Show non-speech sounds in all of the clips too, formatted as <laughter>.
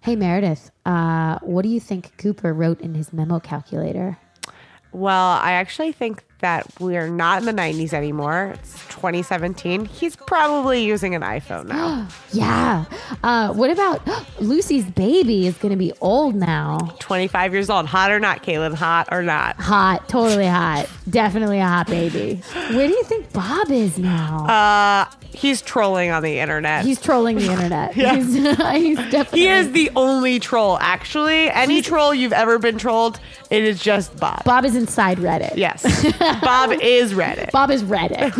Hey Meredith, uh, what do you think Cooper wrote in his memo calculator? Well, I actually think that we're not in the 90s anymore. It's 2017. He's probably using an iPhone now. Yeah. Uh, what about <gasps> Lucy's baby is going to be old now? 25 years old. Hot or not, Caitlin? Hot or not? Hot, totally hot. Definitely a hot baby. Where do you think Bob is now? Uh, he's trolling on the internet. he's trolling the <laughs> internet. he's, <laughs> he's definitely. he is the only troll, actually. Any troll you've ever been trolled, it is just Bob. Bob is inside Reddit. Yes. Bob is Reddit. Bob is <laughs> Reddit.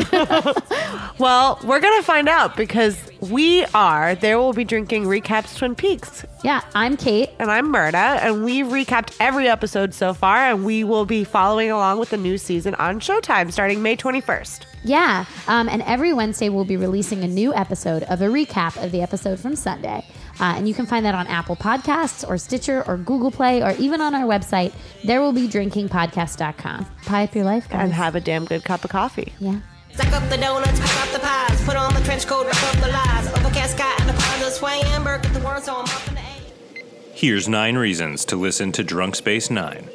Well, we're going to find out because we are. There will be drinking recaps Twin Peaks. yeah, I'm Kate. And I'm Murda. And we've recapped every episode so far. And we will be following along with the new season on Showtime starting May 21st. Yeah. Um, and every Wednesday, we'll be releasing a new episode of a recap of the episode from Sunday. Uh, and you can find that on Apple Podcasts or Stitcher or Google Play or even on our website. There will be drinkingpodcast.com. Pie up your life, guys. And have a damn good cup of coffee. yeah. Stack up the donuts, pack up the pies, put on the trench coat, wrap up the lies. Overcast sky and the clouds are swaying, Burke at the words, so I'm up in the air. Here's nine reasons to listen to Drunk Space Nine.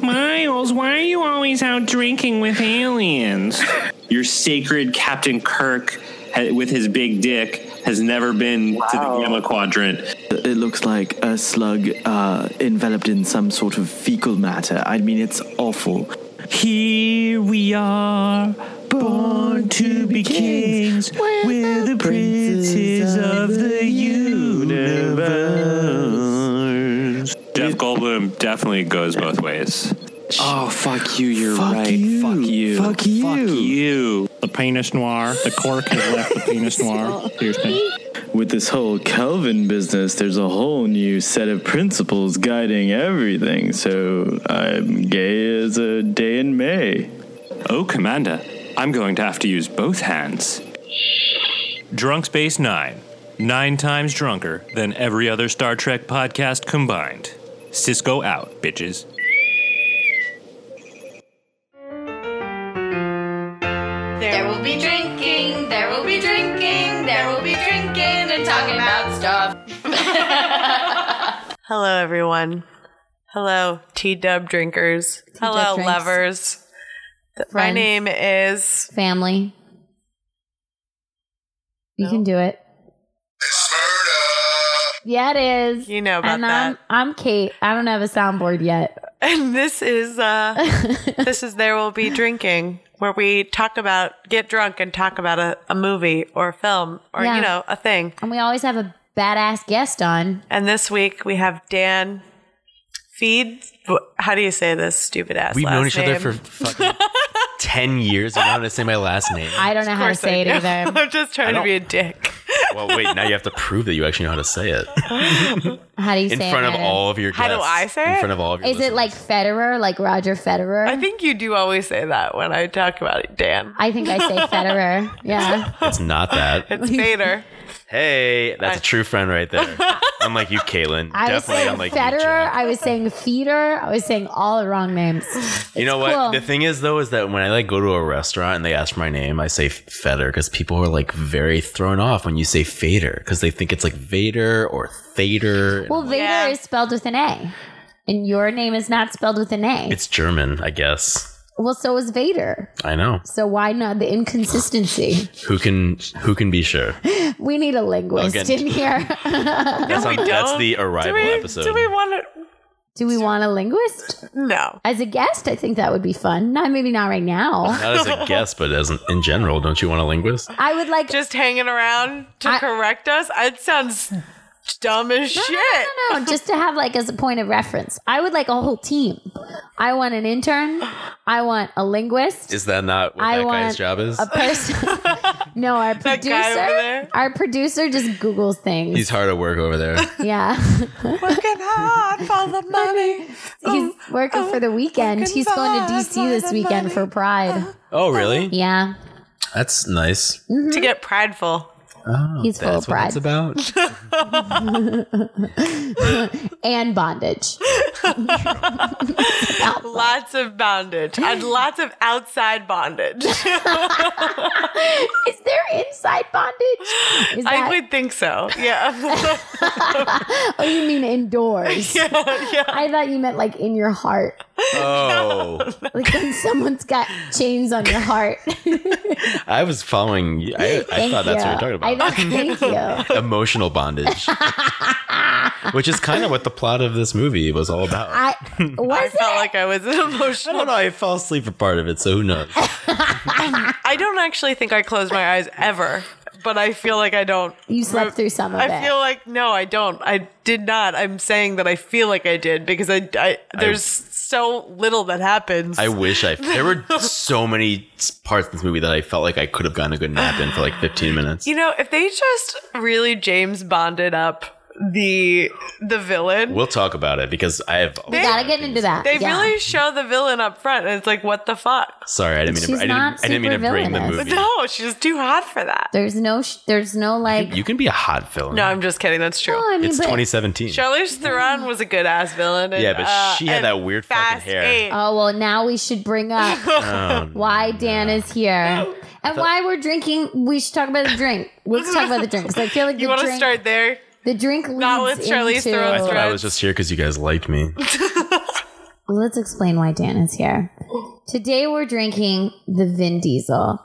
Miles, why are you always out drinking with aliens? your sacred Captain Kirk ha- with his big dick has never been to the Gamma Quadrant. It looks like a slug uh, enveloped in some sort of fecal matter. I mean, it's awful. Here we are, born to be kings. We're the princes of the universe. Jeff Goldblum definitely goes both ways. Oh, fuck you, you're right. Fuck you. Fuck you. You. The penis noir. The cork has left the <laughs> penis noir. With this whole Kelvin business, there's a whole new set of principles guiding everything. So I'm gay as a day in May. Oh, Commander, I'm going to have to use both hands. Drunk Space Nine. Nine times drunker than every other Star Trek podcast combined. Cisco out, bitches. There will be drinking, there will be drinking, there will be drinking and talking about stuff. <laughs> Hello, everyone. Hello, T Dub drinkers. Hello, drinks. lovers. Th- My Friends. name is. <laughs> Family. You can do it. Yeah, it is. You know about and that. I'm, I'm Kate. I don't have a soundboard yet. And this <laughs> is. uh This is There Will Be Drinking, where we talk about, get drunk and talk about a, a movie or a film or, Yeah. you know, a thing. And we always have a badass guest on. And this week we have Dan Feed. How do you say this stupid ass? We've last known each other name? for fucking 10 years. I don't know how to say my last name. I don't know how to course say it I do. either. I'm <laughs> just trying to don't- be a <laughs> dick. Well, wait, now you have to prove that you actually know how to say it. How do you In say it? front of Meredith? all of your guests. How do I say it? In front of all of your Is it listeners. like Federer, like Roger Federer? I think you do always say that uh, when I talk about it, Dan. I think I say Federer. <laughs> Yeah. It's not that. It's Vader. hey, that's a true friend right <laughs> there. I'm like you, Caitlin. I was Definitely saying I'm like you, Federer. Jack. I was saying feeder. I was saying all the wrong names. You know what? cool. The thing is, though, is that when I like go to a restaurant and they ask for my name, I say Feder because people are like very thrown off when you say Fader because they think it's like Vader or Thader. Well, Vader Yeah. is spelled with an A, and your name is not spelled with an A. it's German, I guess. well, so is Vader. I know. So why not the inconsistency? Who can who can be sure? we need a linguist Okay. in here. That's, on, that's the Do arrival we, episode. do we want to? Do we want a linguist No. as a guest? I think that would be fun. Not maybe not right now. Not as a guest, but as an, in general, don't you want a linguist? I would like Just hanging around to I- correct us? It sounds dumb as shit. No, no, just to have like as a point of reference. I would like a whole team. I want an intern. I want a linguist. Is that not what I that want guy's job is? a person. <laughs> no, our That producer. guy over there? Our producer just Googles things. He's hard at work over there. yeah, <laughs> Working hard for <laughs> the money. Oh, he's working for the weekend. fucking He's going to bad DC this for the weekend money. for Uh-huh. Pride. <laughs> Oh, really? Yeah, That's nice. To get prideful. Oh, He's full that's of what pride. it's <laughs> about. and <laughs> bondage. <laughs> Lots of <laughs> bondage and lots of outside bondage. Is there inside Is I that, would think so. Yeah. oh, you mean indoors? <laughs> yeah. I thought you meant like in your heart, Oh, like <laughs> when someone's got chains on your heart. I was following. you. I, I Thank thought that's what you were talking I about. thought- thank <laughs> you. Emotional <laughs> bondage, which is kind of what the plot of this movie was all about. I, I I was felt like I was <laughs> don't emotional. know. I fell asleep for part of it, so who knows? I don't actually think I close my eyes ever, but I feel like I don't. you slept through some of I it. feel like no, I don't. I did not. I'm saying that I feel like I did because I, I there's so little that happens. I wish I. <laughs> There were so many parts of this movie that I felt like I could have gotten a good nap in for like 15 minutes. you know, if they just really James Bonded up the the villain, We'll talk about it because I have. we gotta get into that. they yeah. really show the villain up front, and it's like, what the fuck? Sorry, I didn't mean. She's To, I not didn't. I didn't mean to super bring the villainous. movie. No, she's too hot for that. There's no. Sh- there's no like. You can be a hot villain. No, I'm just kidding. That's true. No, I mean, it's but- 2017. Charlize Theron was a good ass villain. and, Yeah, but uh, she had and that weird fucking Fast hair. Eight. Oh well, now we should bring <laughs> up Oh, Um, why Dan is here and why we're drinking. We should talk about the drink. <laughs> Let's talk about the drink 'cause I feel like the you want to drink. start there? the drink leads Not with Charlize into. Theron's I thought I Threads. was just here because you guys <laughs> liked me. Let's explain why Dan is here. Today we're drinking the Vin Diesel,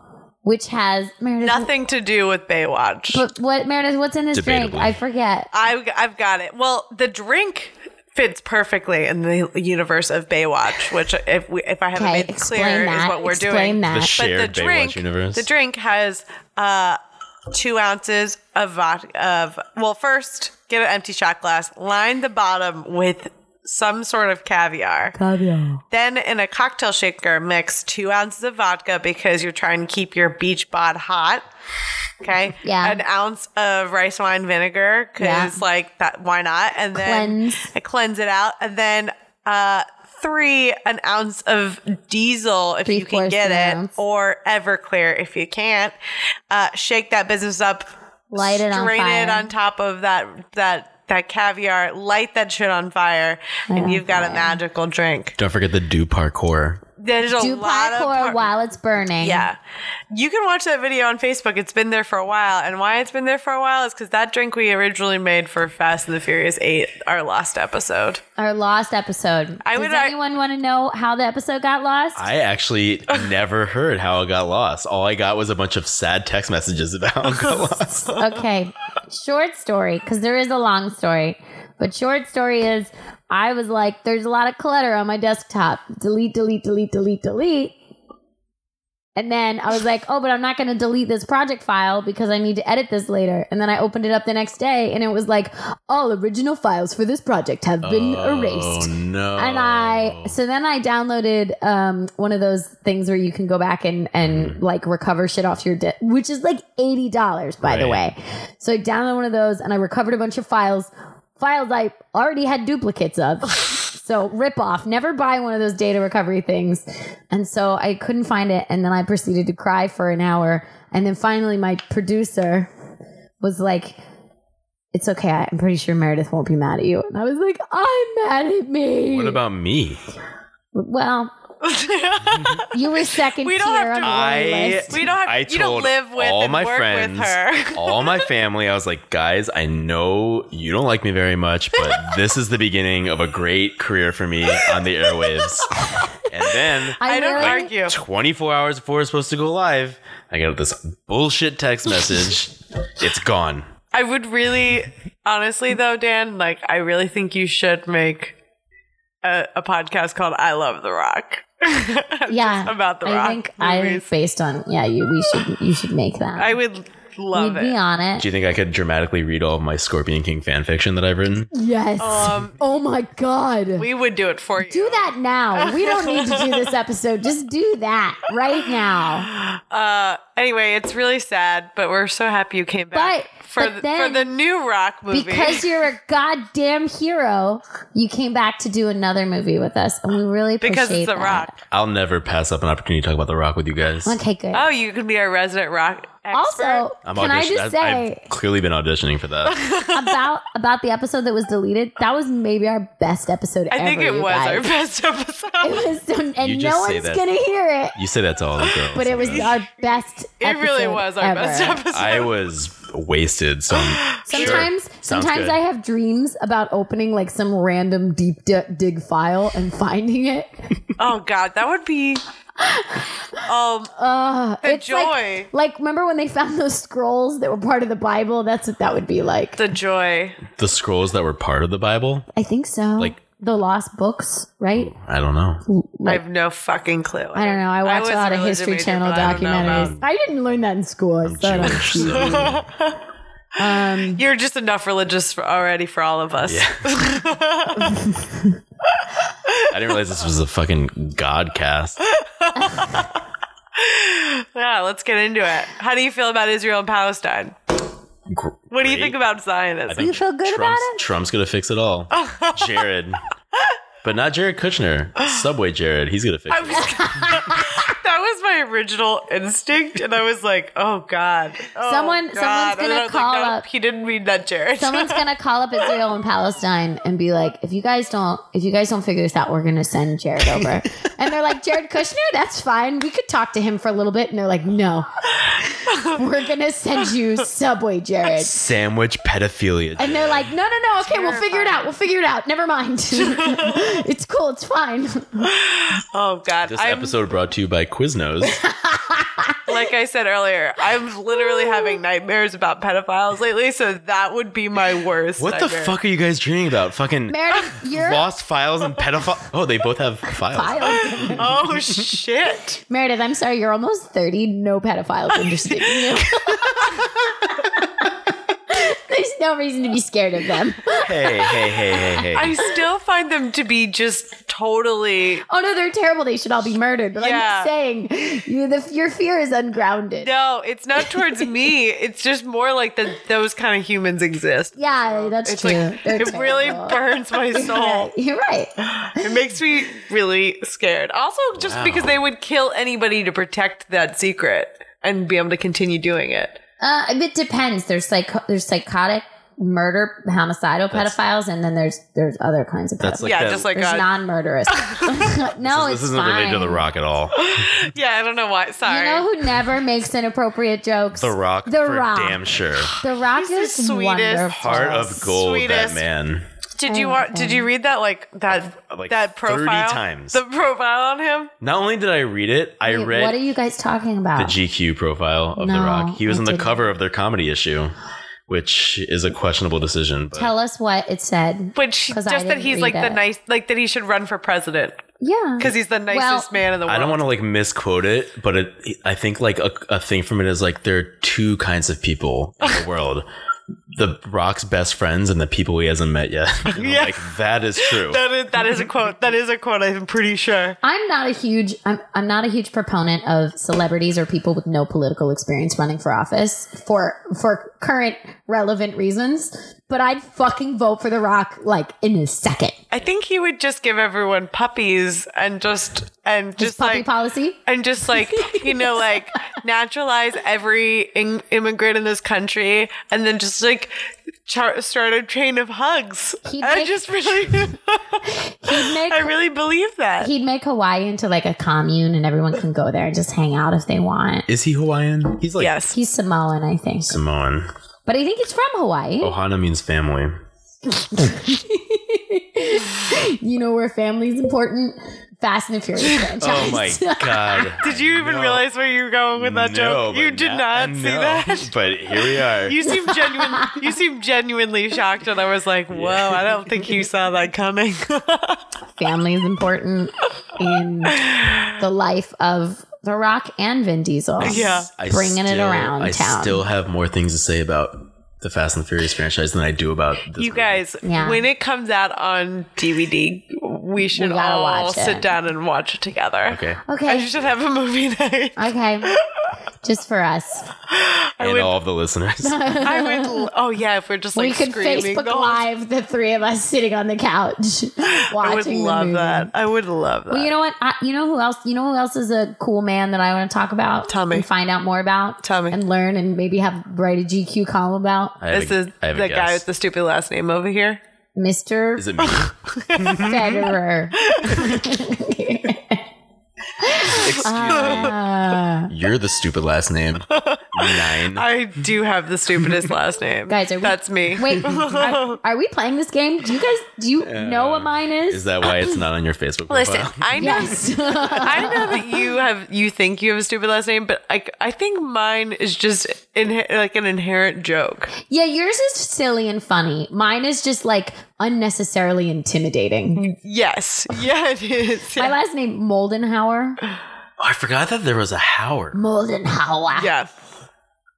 which has Meredith. Nothing to do with Baywatch. But what Meredith? What's in this Debatably. drink? I forget. I've, I've got it. Well, the drink fits perfectly in the universe of Baywatch, which if we, if I haven't Okay, made it explain clear that. is what we're explain doing. that. The But shared the Baywatch drink, universe. the drink has uh, two ounces of vodka. Of well, first get an empty shot glass, line the bottom with some sort of caviar. Then in a cocktail shaker, mix two ounces of vodka because you're trying to keep your beach bod hot. Okay. Yeah. An ounce of rice wine vinegar because Yeah. like that. Why not? And then Cleanse. I cleanse it out, and then uh, three an ounce of diesel if you can Three-fourths get of an it, ounce. or Everclear if you can't. Uh, shake that business up. Light it on strain it fire. on top of that that. That caviar, light that shit on fire, and you've got a magical drink. Don't forget the do <laughs> parkour. There's a Do lot of parkour par- while it's burning. yeah. You can watch that video on Facebook. It's been there for a while, and why it's been there for a while is because that drink we originally made for Fast and the Furious Eight, our last episode. Our lost episode. I Does would- I- anyone want to know how the episode got lost? I <laughs> actually never heard how it got lost. All I got was a bunch of sad text messages about how it got lost. okay. Short story, because there is a long story. But short story is I was like, there's a lot of clutter on my desktop. Delete, delete, delete, delete, delete. And then I was like, oh, but I'm not going to delete this project file because I need to edit this later. And then I opened it up the next day and it was like, all original files for this project have <laughs> been Oh erased. no! And I so then I downloaded um, one of those things where you can go back and and Mm-hmm. like recover shit off your disk, which is like eighty dollars by the Right. way. So I downloaded one of those and I recovered a bunch of files, files I already had duplicates <laughs> of. so rip off, never buy one of those data recovery things. And so I couldn't find it, and then I proceeded to cry for an hour, and then finally my producer was like. It's okay. I'm pretty sure Meredith won't be mad at you. And I was like, I'm mad at me. What about me? <laughs> Well, you were second We tier don't have on <laughs> to- the I- list. We don't have. I you don't told live with all and my work friends, with her. <laughs> all my family. I was like, guys, I know you don't like me very much, <laughs> but this is the beginning of a great career for me on the airwaves. And then I don't really- argue. 24 hours before it's supposed to go live, I got this bullshit text <laughs> message. it's gone. I would really, honestly though, Dan, like I really think you should make a, a podcast called "I Love the Rock." Yeah, Just about the I Rock think I movies. think based on yeah, you we should you should make that. I would love We'd be it. on it. Do you think I could dramatically read all of my Scorpion King fan fiction that I've written? Yes. Um, oh my god. we would do it for you. do that now. We don't need <laughs> to do this episode. Just do that right now. Uh, anyway, it's really sad, but we're so happy you came back But- for but the, then- for the new Rock movie. Because you're a goddamn hero, you came back to do another movie with us, and we really appreciate because it's the that. Rock. I'll never pass up an opportunity to talk about The Rock with you guys. Okay, good. Oh, you can be our resident Rock expert. also, can I audition- just say I've clearly been auditioning for that. about about the episode that was deleted. That was maybe our best episode I ever. think it you was our guys. best <laughs> episode. It was so- and just no say one's that. gonna hear it. <laughs> you say that to all the girls. But it was our best. It really episode was our ever. best episode. I was wasted <gasps> some. Sometimes, Sure. Sounds sometimes good. I have dreams about opening like some random deep d- dig file and <laughs> finding it. Oh God, that <laughs> would be um the It's joy. like, like remember when they found those scrolls that were part of the Bible? That's what that would be like. the joy. the scrolls that were part of the Bible. I think so. Like- the lost books, right? I don't know. I have no fucking clue. I don't know. I watch was a lot of religion History major, Channel but I don't know documentaries. about- I, didn't learn that in school. I said I- Jewish, so um, You're just enough religious for, already for all of us. <laughs> I didn't realize this was a fucking godcast. Yeah, let's get into it. How do you feel about Israel and Palestine? Gr- What do you great. think about Zionism? I think You feel good Trump's, about it? Trump's gonna fix <laughs> it all. Jared. But not Jared Kushner. Subway Jared. He's gonna fix I it. was, that was my original instinct, and I was like, "Oh God, <laughs> Oh, Someone- someone's God. And then gonna I was call like, "Nope, up- He didn't mean that, Jared. Someone's <laughs> gonna call up Israel and Palestine and be like, if you guys don't, if you guys don't figure this out, we're gonna send Jared <laughs> over. and they're like, Jared Kushner, that's fine. We could talk to him for a little bit. And they're like, no, we're gonna send you Subway Jared. Sandwich pedophilia. And they're like, no, no, no. Okay, we'll figure it out. We'll figure it out. Never <laughs> mind. <laughs> it's cool. It's fine. oh God, this I'm episode brought to you by <laughs> Quiznos. like I said earlier, I'm literally having nightmares about pedophiles lately, so that would be my worst. what the nightmare. fuck are you guys dreaming about? Fucking Meredith, you're lost files and pedophile. Oh, they both have files. pedophiles. Oh shit! Meredith, I'm sorry. You're almost 30. No pedophiles interested in you. <laughs> There's no reason to be scared of them. Hey, hey, hey, hey, hey. I still find them to be just totally. Oh no, they're terrible. They should all be murdered. But Yeah. I'm just saying, you, the, your fear is ungrounded. No, it's not towards <laughs> me. It's just more like that those kind of humans exist. Yeah, that's It's true. like They're it really terrible. <laughs> burns my soul. You're right. It makes me really scared. Also, just because they would kill anybody to protect that secret and be able to continue doing it. Uh, it depends. There's like there's psychotic murder, homicidal pedophiles, and then there's there's other kinds of pedophiles. That's like yeah, that- just like uh, there's a, <laughs> non-murderous. <laughs> no, this it's isn't fine. related to The Rock at all. yeah. I don't know why. Sorry. You know who never makes inappropriate jokes? The Rock, The for Rock. damn sure. The Rock He's the is sweetest wonderful. Heart of gold, Sweetest. that man. did you want? Did you read that like that Like that 30 profile? times. The profile on him. Not only did I read it, I Wait, read what are you guys talking the about? GQ profile of The No, Rock. He was I on the didn't. cover of their comedy issue, which is a questionable decision. But Tell us what it said. Which 'Cause just I that didn't he's read like the it. nice, like that he should run for president Yeah, because he's the nicest man in the world. I don't want to like misquote it, but it, I think like a, a thing from it is like there are two kinds of people in <laughs> the world. The Rock's best friends and the people he hasn't met yet. <laughs> And I'm Yeah. Like that is true. That is, that is a quote. That is a quote. I'm pretty sure. I'm not a huge I'm, I'm not a huge proponent of celebrities or people with no political experience running for office for for current relevant reasons, but I'd fucking vote for The Rock like in a second. I think he would just give everyone puppies and just and His just puppy like <laughs> policy. and just like you know like naturalize every in- immigrant in this country and then just like char- start a train of hugs He'd i make- just really <laughs> He'd make i really believe that he'd make Hawaii into like a commune and everyone can go there and just hang out if they want. Is he Hawaiian? He's like yes He's Samoan, I think. Samoan. But I think he's from Hawaii. Ohana means family. You know where family's important? Fast and the Furious <laughs> Oh my franchise. <laughs> god. <laughs> did you even No. realize where you were going with that No, joke you but did no- not see no. that <laughs> But here we are. <laughs> you seem genuine you seem genuinely shocked and i was <laughs> like whoa i don't think you saw that coming <laughs> family is important in the life of The Rock and Vin Diesel. Yeah. I bringing it still- around I town. still have more things to say about the Fast and the Furious franchise than I do about this you movie. guys Yeah. when it comes out on dvd we should gotta all watch it. sit down and watch it together Okay. I okay. should have a <laughs> movie night. Okay. Just for us. and would- all of <laughs> the listeners. I would. l- Oh yeah, if we're just like we could screaming. Oh, Facebook the whole- Live the three of us sitting on the couch watching I would the love movie. that. I would love that. Well, you know what? I, you know who else? You know who else is a cool man that I want to talk about? Tell me. And find out more about. Tell me. And learn and maybe have write a GQ column about I have this a- is I have a the guy guess. with the stupid last name over here. Mr. Is <laughs> it me? Federer. <laughs> Excuse me. You're the stupid last name. nine. Ah. I do have <laughs> the stupidest last name. Guys, are we, That's me. <laughs> Wait, <laughs> are, are we playing this game? Do you guys do you know what mine is? Is that why it's not on your Facebook profile? Listen, I know yes. I know that you have you think you have a stupid last name, but I I think mine is just inhe- like an inherent joke. <laughs> yeah, yours is silly and funny. Mine is just like unnecessarily <laughs> intimidating. Yes, yeah, it is. My last name Moldenhauer. Oh, I forgot that there was a Howard. Moldenhauer. yeah,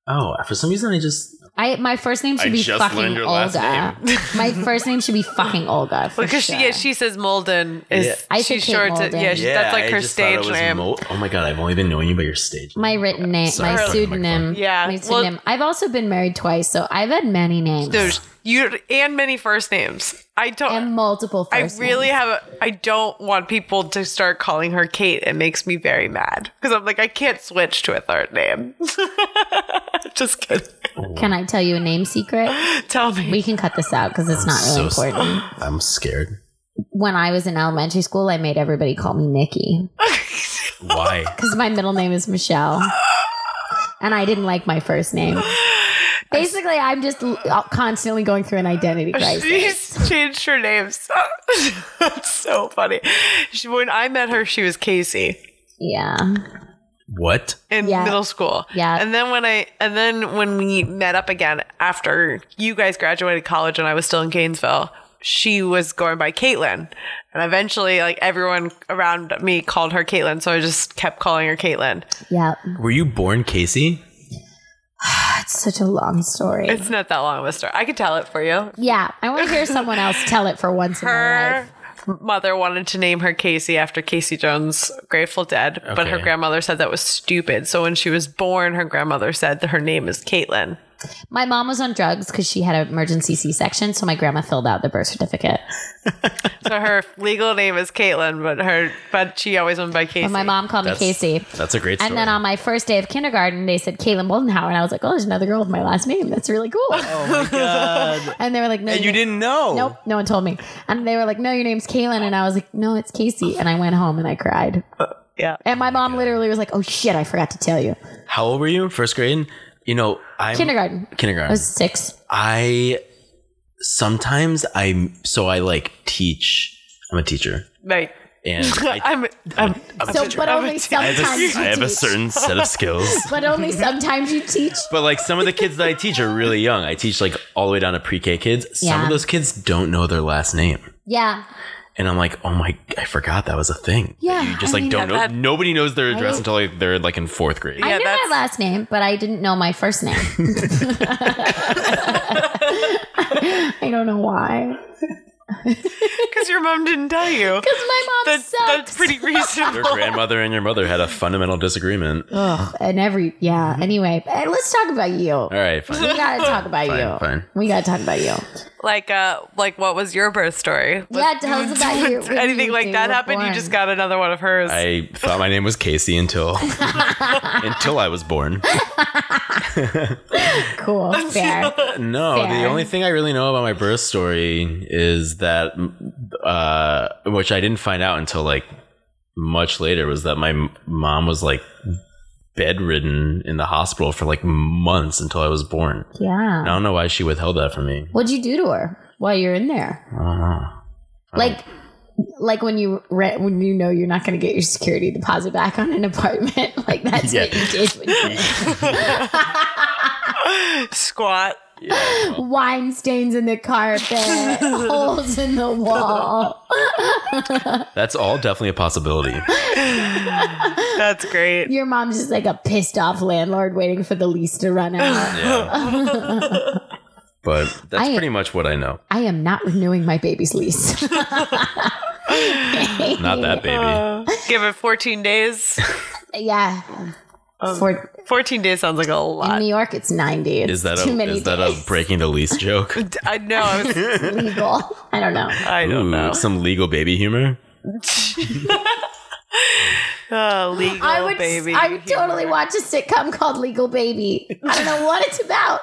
Oh, for some reason I just I my first name should I be just learned fucking your last Olga. my first name should be fucking <laughs> Olga. For because sure. she yeah she says Molden is Yeah. I said Kate she's short. To, Molden. yeah, she, that's like I her just thought it stage was name. Mo- oh my god, I've only been knowing you by your stage. name. my Oh written name, Sorry, my sorry, pseudonym. microphone. Yeah, my well- pseudonym. I've also been married twice, so I've had many names There's you and many first names. I don't. and multiple I first really names. have. A, I don't want people to start calling her Kate. It makes me very mad because I'm like I can't switch to a third name. <laughs> Just kidding. Can I tell you a name secret? Tell me. We can cut this out because it's not really so important. I'm scared. When I was in elementary school, I made everybody call me Nikki Why? <laughs> because my middle name is Michelle, and I didn't like my first name. Basically, I'm just l- uh, constantly going through an identity crisis. <laughs> She's changed her name. So, <laughs> that's so funny. She, when I met her, she was Casey Yeah. What? in Yeah. middle school. Yeah. And then when I and then when we met up again after you guys graduated college and I was still in Gainesville, she was going by Caitlin. And eventually, like everyone around me called her Caitlin, so I just kept calling her Caitlin. Yeah. Were you born Casey? That's such a long story. It's not that long of a story. I could tell it for you. yeah. I want to hear someone else tell it for once in my life. her mother wanted to name her Casey after Casey Jones, Grateful Dead, but her Okay. grandmother said that was stupid. So when she was born, her grandmother said that her name is Caitlin. My mom was on drugs because she had an emergency C section, so my grandma filled out the birth certificate. So her <laughs> legal name is Caitlin, but her but she always went by Casey. But my mom called That's- me Casey. That's a great story. And then on my first day of kindergarten, they said Caitlin Moldenhauer, and I was like, "Oh, there's another girl with my last name. That's really cool." <laughs> and they were like, "No, Oh. and your you name- didn't know. Nope, no one told me." And they were like, "No, your name's Caitlin," and I was like, "No, it's Casey." And I went home and I cried. Uh, yeah. And my mom literally was like, "Oh shit, I forgot to tell you." How old were you? First grade? You know, I'm Kindergarten. I Kindergarten. was six. I sometimes I so I like teach. I'm a teacher, Like and <laughs> <laughs> I, I'm <laughs> I'm <laughs> So, but I'm a only teacher. I I sometimes have, a, you I have a teach. certain set <laughs> of skills. But <laughs> only sometimes you teach. But like some of the kids that I teach are really young. I teach like all the way down to pre-K kids. Some Yeah. of those kids don't know their last name. Yeah, And I'm like, oh my, I forgot that was a thing. that Yeah, You I just like mean- don't know. That- nobody knows their address I- until like they're like in fourth grade. I Yeah, knew my that's- last name, but I didn't know my first <laughs> name. <laughs> I don't know why. because your mom didn't tell you. Because my mom That's, sucks. <laughs> that's pretty Your reasonable. grandmother and your mother had a fundamental disagreement. <laughs> All Ugh, and every yeah. Mm-hmm. Anyway, eh, let's talk about you. right, We fine. gotta talk about Fine, you. fine. We gotta talk about you. like uh like what was your birth story? Yeah, tell <laughs> us about you. When Anything you like two that were happened? You born. just got another one of hers. I thought my name was <laughs> Casey until until I was born. <laughs> Cool. Fair. No, the Fair. only thing I really know about my birth story is that, uh, which I didn't find out until like much later, was that my m- mom was like bedridden in the hospital for like months until I was born. yeah. And I don't know why she withheld that from me. What'd you do to her while you're in there? I don't know. Like, like when you re- when you know you're not gonna get your security deposit back on an <laughs> apartment. Like that's Yeah. what you did. When <laughs> you <gasps> Squat. Wine stains in the <laughs> carpet, holes in the wall. That's all definitely a possibility. That's great. Your mom's just like a pissed off landlord waiting for the lease to run out. Yeah. <laughs> but that's I- pretty much what I know. I am not renewing my baby's <laughs> lease. Not uh, that baby. Give it 14 <laughs> days. Yeah. Um, For 14 days sounds like a in <laughs> lot. New York, it's ninety. It's Is that too a many is that a days. breaking the lease joke? I know. I, <laughs> <laughs> was, legal? I don't know. <laughs> I don't Ooh, know. Some legal baby humor. Oh, legal I would. baby. I would totally watch a sitcom called Legal Baby. I don't know what it's about,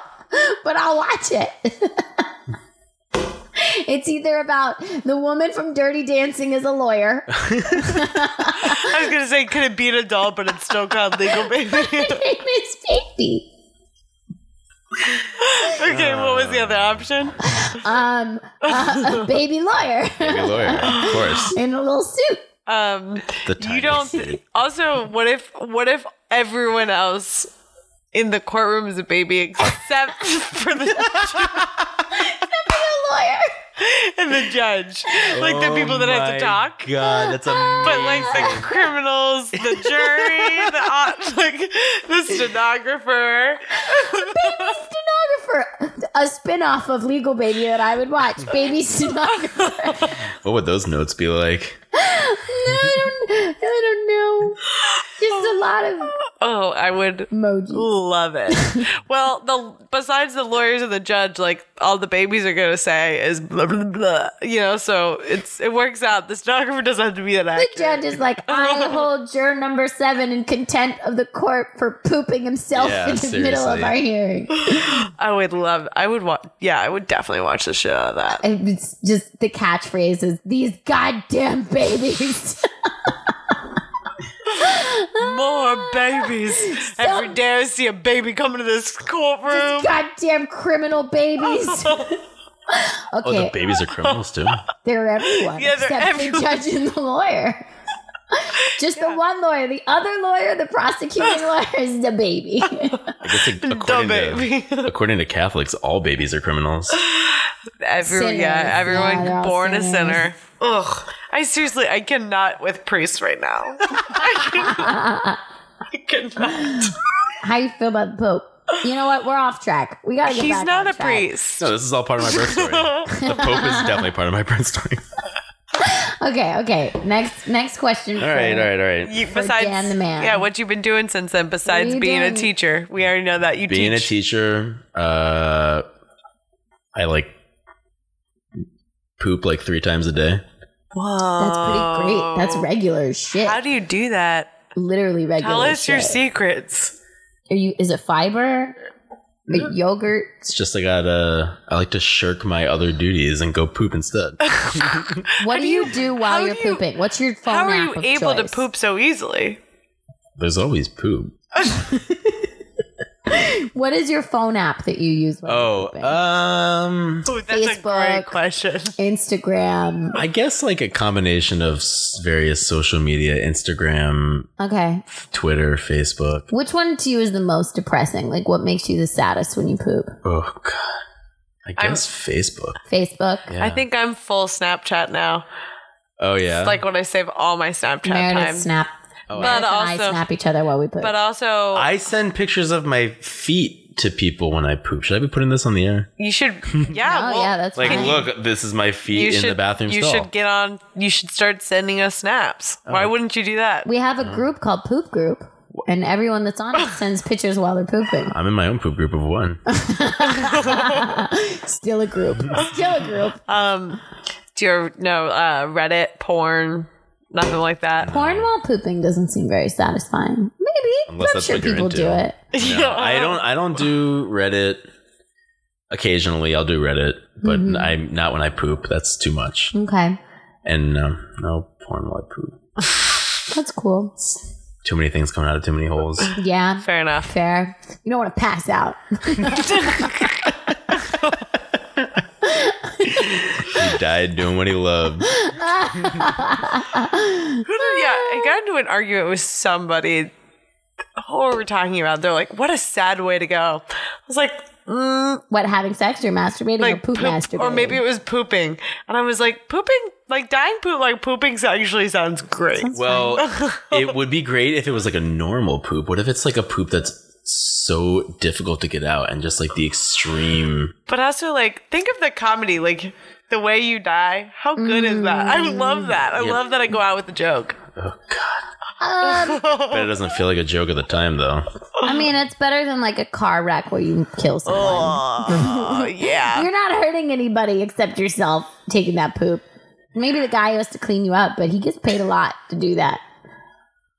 but I'll watch it. <laughs> it's either about the woman from Dirty Dancing is a lawyer. I was gonna say could it be an adult, but it's still called legal baby. <laughs> Her name is Baby. Okay, what was the other option? Um, uh, a <laughs> baby lawyer Baby lawyer, of course. <laughs> in a little suit. Um, you The tiger don't. suit. also, what if what if everyone else in the courtroom is a baby except <laughs> for the A lawyer. and the judge, like the people that have to talk. Oh <laughs> God, that's a But like the criminals, the jury, the au- <laughs> like the stenographer. Stenographer. A spin-off of Legal Baby that I would watch. Baby stenographer. <laughs> what would those notes be like? No, I don't, I don't know. Just a lot of Oh, I would emojis. love it. well, the besides the lawyers and the judge, like all the babies are gonna say is blah blah blah. You know, so it's it works out. The stenographer doesn't have to be that The accurate. judge is like, <laughs> I hold juror number seven in contempt of the court for pooping himself Yeah, in the middle of seriously. our hearing. I would love. I would watch. Yeah, I would definitely watch the shit out of that. It's just the catchphrase is these goddamn babies. Ah. More babies. Every day I see a baby coming to this courtroom. goddamn criminal <laughs> babies. okay, <laughs> Oh, the babies are criminals too. they're everyone Yeah, they're except everyone. the judge and the <laughs> lawyer. Just the one lawyer. The other lawyer, the <laughs> prosecuting lawyer, is the baby. I guess like, The according to baby. according to Catholics, all babies are criminals. Everyone, Sinners. yeah, Yeah, everyone they're all born a sinners. sinner. Ugh, I seriously, I cannot with priests right now. I cannot. I cannot. How you feel about the Pope? You know what? We're off track. We gotta get He's back not on a track. priest. No, this is all part of my birth story. <laughs> The Pope is definitely part of my birth story. Okay, okay. Next, next question. All right, all right, all right. You, For besides, Dan the man. yeah, what you've been doing since then? Besides you being a doing? teacher, we already know that you Being a teach. teacher, uh, I like poop like three times a day. That's pretty great. That's regular as shit. Oh. How do you do that? Literally regular. Tell us your shit. secrets. Are you? Is it fiber? Or Mm. yogurt? It's just I gotta I like to shirk my other duties and go <laughs> poop instead. What do you, do while how you're do you- pooping? What's your phone How are app you of able to choice? poop so easily? There's always poop. What is your phone app that you use? While Oh, you're pooping? um, Ooh, that's a Facebook. great question. Instagram. I guess like a combination of s- various social media, Instagram, Okay, Twitter, Facebook. which one to you is the most depressing? Like, what makes you the saddest when you poop? Oh god. I I'm- guess Facebook. Facebook, Yeah. I think I'm full Snapchat now. Oh yeah. It's like when I save all my Snapchat Meredith, time. snap. Oh, But Meredith and I also- snap each other while we poop. But also, I send pictures of my feet to people when I poop. Should I be putting this on the air? you <laughs> should, oh yeah, well, yeah, that's Like, fine. look, this is my feet you in should, the bathroom You stall. Oh. should get on. You should start sending us snaps. Why wouldn't you do that? We have a group called Poop Group, and everyone that's on <laughs> it sends pictures while they're pooping. I'm in my own poop group of <laughs> one. Still a <laughs> group. Still a group. Uh-huh. Um, do you know uh, Reddit porn? Nothing like that. Porn while pooping doesn't seem very satisfying. Maybe. Unless I'm that's sure what you're people into. do it. No, I don't. I don't do Reddit. Occasionally, I'll do Reddit, but Mm-hmm. I'm not when I poop. That's too much. Okay. And um, no porn while I poop. That's cool. Too many things coming out of too many holes. Yeah. Fair enough. Fair. You don't want to pass out. <laughs> he died doing what he <laughs> Who loved. did, yeah, I got into an argument with somebody. Who were we talking about? They're like, "What a sad way to go." I was like, mm, What, having sex or masturbating or like poop, masturbating? or maybe it was pooping. And I was like, pooping, like dying poop, like pooping actually sounds great. Well, <laughs> it would be great if it was like a normal poop. What if it's like a poop that's so difficult to get out and just like the extreme? But also, like, think of the comedy, like the way you die. How good is that? I Mm. love that. I love that I go out with a joke. <laughs> Um, But Oh, it doesn't feel like a joke at the time, though. I mean, it's better than like a car wreck where you kill someone. Oh yeah. You're not hurting anybody except yourself taking that poop. Maybe the guy who has to clean you up, but he gets paid a lot to do that.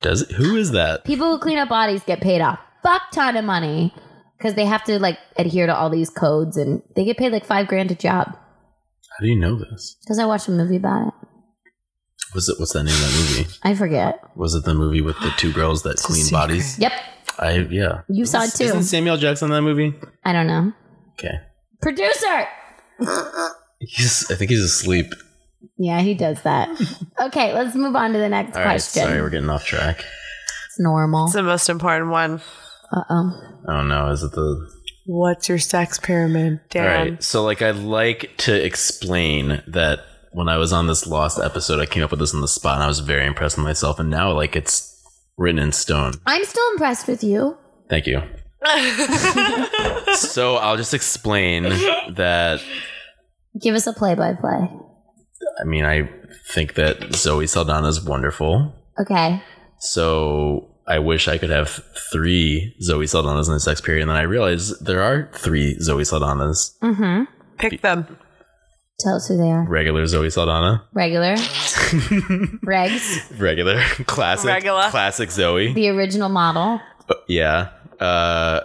Does it? Who is that? people who clean up bodies get paid a fuck ton of money because they have to like adhere to all these codes and they get paid like five grand a job How do you know this? because i watched a movie about it Was it? What's that name of that movie? i forget Was it the movie with the two girls that clean bodies? yep I yeah. you saw it Isn't too Samuel Jackson in that movie? i don't know Okay. Producer! He's, I think he's asleep. Yeah, he does that. <laughs> okay, let's move on to the next All right, question. sorry, we're getting off track. It's normal. It's the most important one. Uh oh. Oh no, is it the What's your sex pyramid, All Dan? right. So like I'd like to explain that when I was on this lost episode, I came up with this on the spot and I was very impressed with myself and now like it's written in stone. I'm still impressed with you. Thank you. so I'll just explain that Give us a play by play. I mean I think that Zoe Saldana is wonderful. Okay. So I wish I could have three Zoe Saldanas in this sex period, and then I realized there are three Zoe Saldanas. Mm hmm. Pick them. Tell us who they are. Regular Zoe Saldana. <laughs> Regular. Regs. Regular. <laughs> Classic. Regular. Classic Zoe. The original model. Yeah. Uh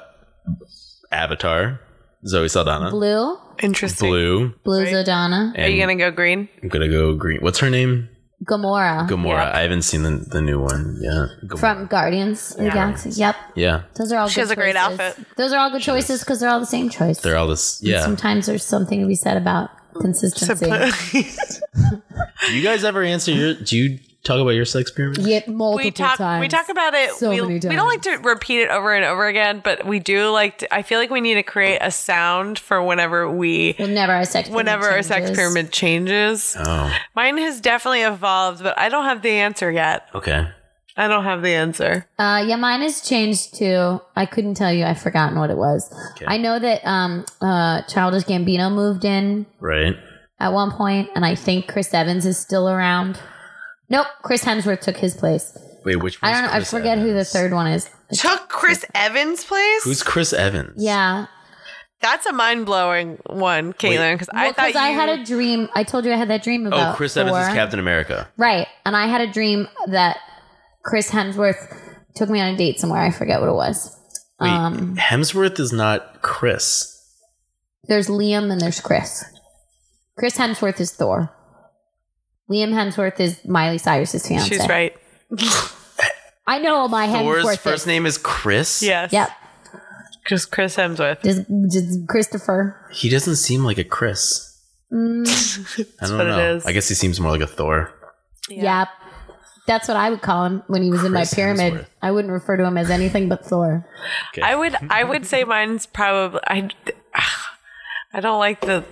Avatar, Zoe Saldana, Blue. Interesting. Blue. Blue Right. Zodana. Are And you gonna go green? I'm gonna go green. What's her name? Gamora. Gamora. Yeah. I haven't seen the, the new one. Yeah. Gamora. from Guardians of the Galaxy. Yep. yeah. Those are all She good has a great choices. outfit. Those are all good choices because they're all the same choice. They're all this. Yeah. Sometimes there's something to be said about consistency. <laughs> Do you guys ever answer your? Do you talk about your sex pyramid? Yet multiple we talk. times. We talk about it. So we, many we don't like times. to repeat it over and over again, but we do like. To, I feel like we need to create a sound for whenever we, Whenever our sex pyramid whenever our sex changes. pyramid changes. Oh. Mine has definitely evolved, but I don't have the answer yet. Okay. I don't have the answer. Uh, yeah, mine has changed too. I couldn't tell you. I've forgotten what it was. I know that um, uh, Childish Gambino moved in Right. at one point, and I think Chris Evans is still around. Nope, Chris Hemsworth took his place. Wait. Which? I one's don't know. Chris I forget who the Evans? third one is. Took Chris Evans' place. Who's Chris Evans? Yeah, That's a mind blowing one, Caitlin. Because I Well, thought you, I had a dream. I told you I had that dream Oh, about. Chris Evans is Thor. Captain America. Right, and I had a dream that Chris Hemsworth took me on a date somewhere. I forget what it was. Wait, Um, Hemsworth is not Chris. There's Liam and there's Chris. Chris Hemsworth is Thor. Liam Hemsworth is Miley Cyrus's fiance. she's right. I know all my Hemsworth. Thor's first name is Chris. Yes. Yep. Chris Chris Hemsworth. Just, just Christopher. Mm, He doesn't seem like a Chris. I don't what it know. is. I guess he seems more like a Thor. Yep. That's what I would call him when he was in my Chris pyramid. Hemsworth. I wouldn't refer to him as anything but Thor. I would I would say mine's probably I <sighs> I don't like the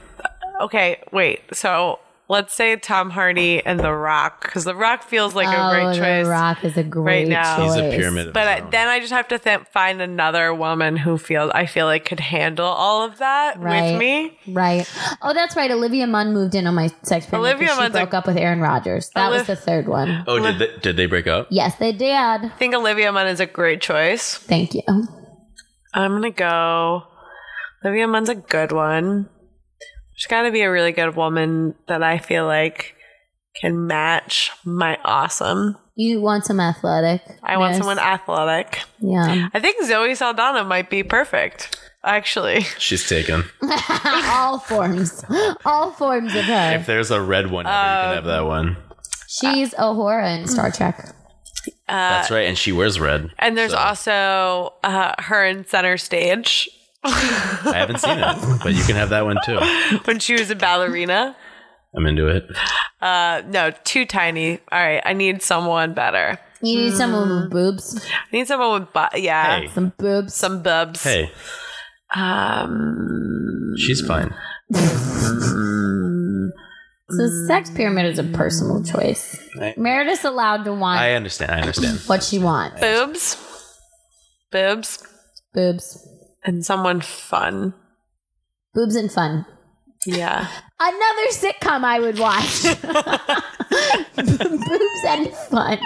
Okay, wait. So let's say Tom Hardy and The Rock because The Rock feels like a oh, great choice. The Rock is a great now. choice. He's He's a pyramid. of But his I, own. then I just have to th- find another woman who feels I feel like could handle all of that Right. with me. Right. Oh, that's right. Olivia Munn moved in on my sex pyramid. Olivia Olivia Munn Munn's broke a- up with Aaron Rodgers. That was Oliv- the third one. oh, did they, did they break up? Yes, they did. I think Olivia Munn is a great choice. Thank you. I'm gonna go. Olivia Munn's a good one. She's got to be a really good woman that I feel like can match my awesome. You want some athletic? I want ness. someone athletic. Yeah. <laughs> <laughs> I think Zoe Saldana might be perfect. Actually, She's taken. all forms, all forms of If her. there's a red one, you can have that one. She's Ohora in Star Trek. That's right, and she wears red. and there's also uh, her in center stage I haven't seen <laughs> it, but you can have that one too. when she was a ballerina. I'm into it. Uh, no, too tiny. All right, I need someone better. You need someone Mm. with boobs, I need someone with, bu- yeah, Hey, some boobs. some bubs. hey, Um, she's fine. so sex pyramid is a personal choice. I- Meredith's allowed to want I understand. I understand. what she wants. boobs, boobs, Boobs, and someone fun. boobs, and fun. Yeah. Another sitcom I would watch. <laughs> boobs and fun.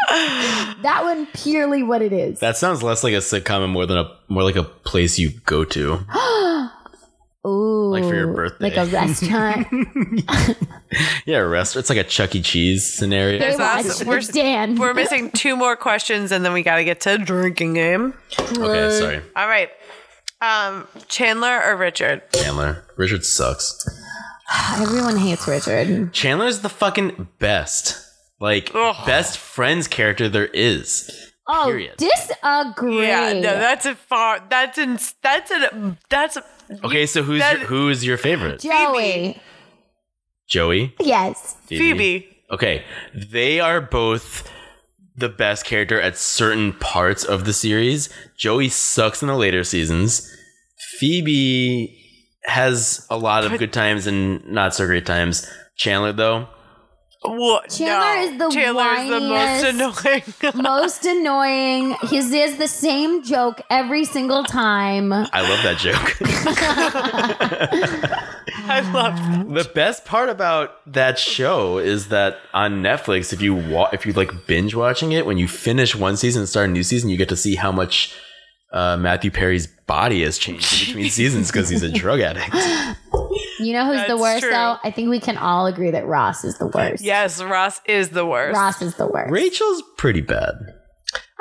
That one purely what it is. That sounds less like a sitcom and more than a more like a place you go to. <gasps> Ooh, like for your birthday. <laughs> like a restaurant. Yeah, a restaurant. It's like a Chuck E. Cheese scenario. they There's watch also- with Dan. We're missing two more questions and then we got to get to drinking game. okay, sorry, All right. Um, Chandler or Richard? Chandler. Richard sucks. Everyone hates Richard. Chandler's the fucking best. Like best friends character there is. Oh, Period. disagree. Yeah, no, that's a far. That's in. That's an. That's a. Okay, so who's That- your, who's your favorite? Joey. Joey. Yes. Phoebe? Phoebe. Okay, they are both the best character at certain parts of the series. Joey sucks in the later seasons. Phoebe has a lot of good times and not so great times. Chandler though, What? Chandler no. is the Chandler is the most annoying. <laughs> Most annoying. He says the same joke every single time. I love that joke. <laughs> I love. <laughs> That. the best part about that show is that on Netflix, if you wa- if you like binge watching it, when you finish one season and start a new season, you get to see how much uh, Matthew Perry's body has changed in between seasons because he's a drug addict. You know who's the That's worst true. though? I think we can all agree that Ross is the worst. Yes, Ross is the worst. Ross is the worst. Rachel's pretty bad.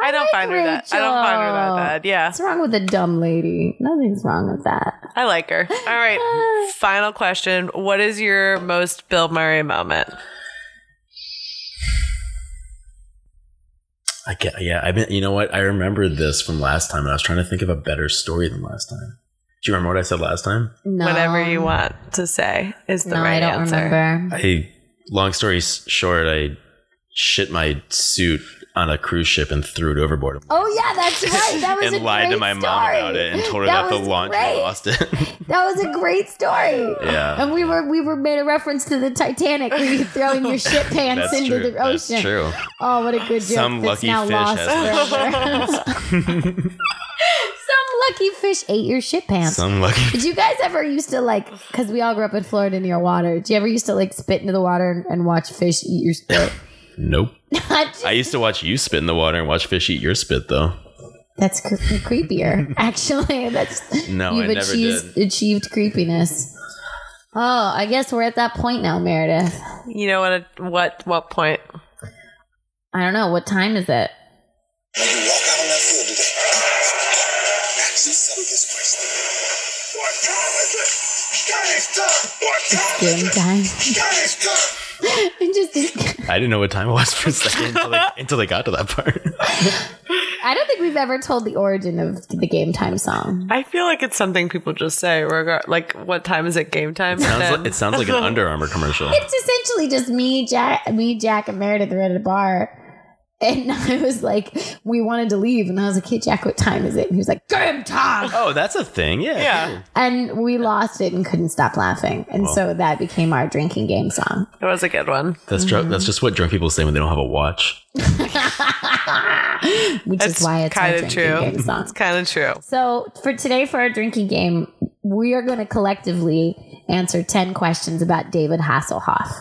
I don't like find her that. I don't find her Rachel. that bad. Yeah, What's wrong with a dumb lady? Nothing's wrong with that. I like her. All right. <sighs> Final question: What is your most Bill Murray moment? I get, yeah, I've been. You know what? I remember this from last time, and I was trying to think of a better story than last time. Do you remember what I said last time? No. Whatever you want to say is the Um, No, I right don't answer. remember. I long story s- short, I shit my suit on a cruise ship and threw it overboard. Oh yeah, that's right. That was <laughs> and a lied to great my mom about story. it and told her That that, the was launch great. lost it. <laughs> That was a great story. yeah. And we were we were made a reference to the Titanic where you throw in your shit pants <laughs> That's into true. the That's ocean. true. Oh, what a good joke! Some that's lucky now fish lost has forever. <laughs> Some lucky fish ate your shit pants. Some lucky. <laughs> Did you guys ever used to like? Because we all grew up in Florida near water. Did you ever used to like spit into the water and, and watch fish eat your spit? Nope. <laughs> I used to watch you spit in the water and watch fish eat your spit though. <laughs> that's cre- <laughs> creepier, actually. That's No, I you've never achieved, achieved creepiness. Oh, I guess we're at that point now, Meredith. You know what? What? What point? I don't know what time is it. Game <laughs> time. It just I didn't know what time it was for a second <laughs> until they, until they got to that part. I don't think we've ever told the origin of the game time song. I feel like it's something people just say. Regard, like, what time is it? Game time. <laughs> Sounds Then- like, it sounds like an Under Armour commercial. It's essentially just me, Jack, me, Jack, and Meredith were at a bar, and <laughs> I was like, we wanted to leave, and I was like, hey, Jack, what time is it? And he was like, game time, Oh, that's a thing. Yeah. yeah, and we lost it and couldn't stop laughing, and so that became our drinking game song. it was a good one. That's dr- that's just what drunk people say when they don't have a watch. which That's is why it's kind kinda of true. true. Game song. It's kind of true. So for today, for our drinking game, we are going to collectively answer ten questions about David Hasselhoff.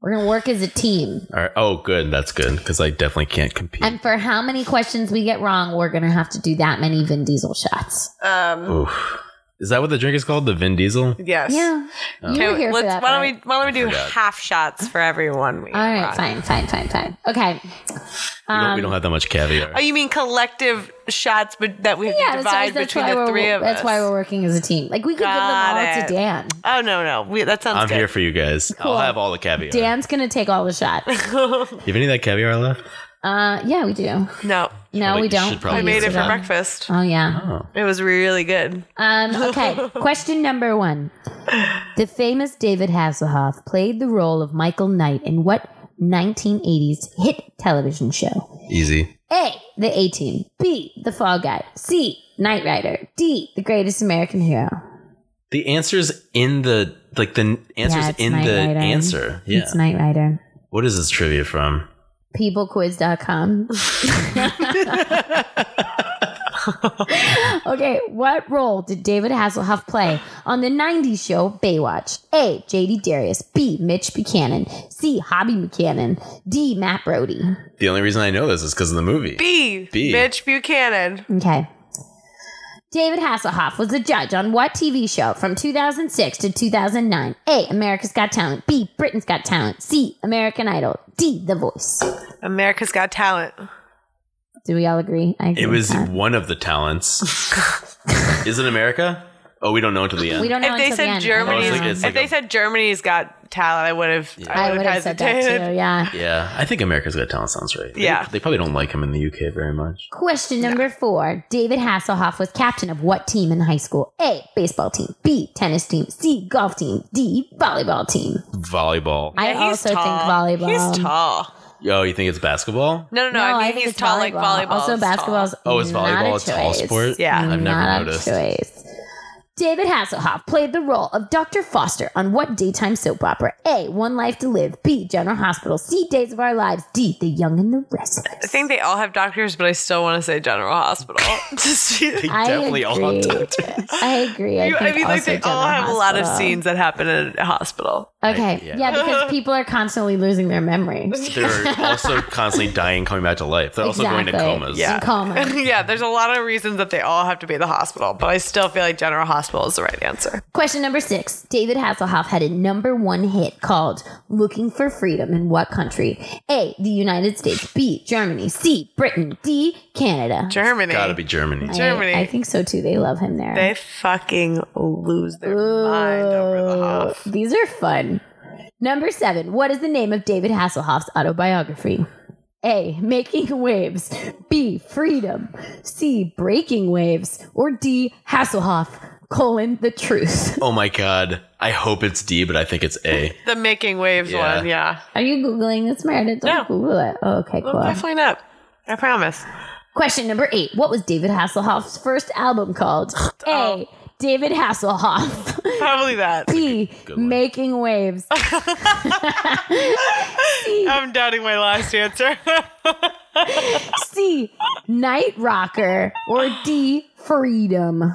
We're going to work as a team, All right. Oh, good. That's good because I definitely can't compete. and for how many questions we get wrong, we're going to have to do that many Vin Diesel shots. Um, Oof. Is that what the drink is called? The Vin Diesel? yes. Yeah, you Okay, were here for let's- that. why don't part. we? Why don't we do forgot. half shots for everyone? We All have right, on? fine, fine, fine, fine. Okay. We don't, we Um, don't have that much caviar. Oh, you mean collective shots, but that we have yeah, to that's, why, divide that's between why the we're three of that's us. why we're working as a team. Like we could Got give them all it. to Dan. Oh no, no, we, that sounds I'm good. here for you guys. I'll have all the caviar. Do you Dan's gonna take all the shots. <laughs> have any of that caviar left? Uh, yeah, we do. no, No, Like, we you should don't. probably I made use it for up. breakfast. Oh yeah. It was really good. Um, okay, question number one. The famous David Hasselhoff played the role of Michael Knight in what 1980s hit television show? Easy. A. The A Team. B. The Fall Guy. C. Knight Rider. D. The Greatest American Hero. The answer's in the like the answer's Yeah, it's in Knight the Rider. answer. Yeah. It's Knight Rider. what is this trivia from? <laughs> peoplequiz.com. okay, what role did David Hasselhoff play on the 90s show Baywatch? A. JD Darius. B. Mitch Buchanan. C. Hobby Buchanan. D. Matt Brody. The only reason I know this is because of the movie. B, B. Mitch Buchanan. Okay. David Hasselhoff was a judge on what TV show from 2006 to 2009? A. America's Got Talent. B. Britain's Got Talent. C. American Idol. D. The Voice. America's Got Talent. Do we all agree? I agree It with was that. <laughs> one of the talents. is it America? Oh, we don't know until the end. We don't know If until they the said end. Germany, Honestly, it's if like they a- said Germany's got talent, I would have. I would have said that too. Yeah. Yeah, I think America's Got Talent sounds right. They- Yeah. they, probably don't like him in the UK very much. Question number four. David Hasselhoff was captain of what team in high school? A. Baseball team. B. Tennis team. C. Golf team. D. Volleyball team. Volleyball. I Yeah, he's also think tall. volleyball. He's tall. Oh, you think it's basketball? No, no, no. I mean, he's it's tall like volleyball. Also, is tall. basketball's Oh, is not volleyball a a tall choice. sport? Yeah. I've never not noticed. a choice. David Hasselhoff played the role of Dr. Foster on what daytime soap opera? A. One Life to Live. B. General Hospital. C. Days of Our Lives. D. The Young and the Restless. I think they all have doctors, but I still want to say General <laughs> Hospital. Just- you- I Definitely all on agree. top ten. <laughs> I agree. I, I think mean, like also they all General have a lot of Hospital. scenes that happen in a hospital. <laughs> Okay, I- um, yeah. yeah. <laughs> because people are constantly losing their memory. They're <laughs> also constantly dying, coming back to life. They're also going to Exactly. comas. In coma. <laughs> yeah, there's a lot of reasons that they all have to be at the hospital, but I still feel like General Hospital is the right answer. Question number six. David Hasselhoff had a number one hit called Looking for Freedom in what country? A. The United States. B. Germany. C. Britain. D. Canada. Germany. Gotta be Germany. I- Germany. I, think so too. They love him there. They fucking lose their mind over the Hoff. These are fun. Number seven. What is the name of David Hasselhoff's autobiography? A. Making Waves. B. Freedom. C. Breaking Waves. Or D. Hasselhoff, colon, the truth. <laughs> Oh my god. I hope it's D, but I think it's A. The making waves Yeah. one, yeah. Are you Googling this, Meredith? Don't No. Google it. Oh, okay, Well, cool. Definitely not. I promise. Question number eight. What was David Hasselhoff's first album <laughs> called? Oh. A. David Hasselhoff. <laughs> Probably that. B. Making Waves. I'm doubting my last answer. <laughs> C. Night Rocker. Or D. Freedom.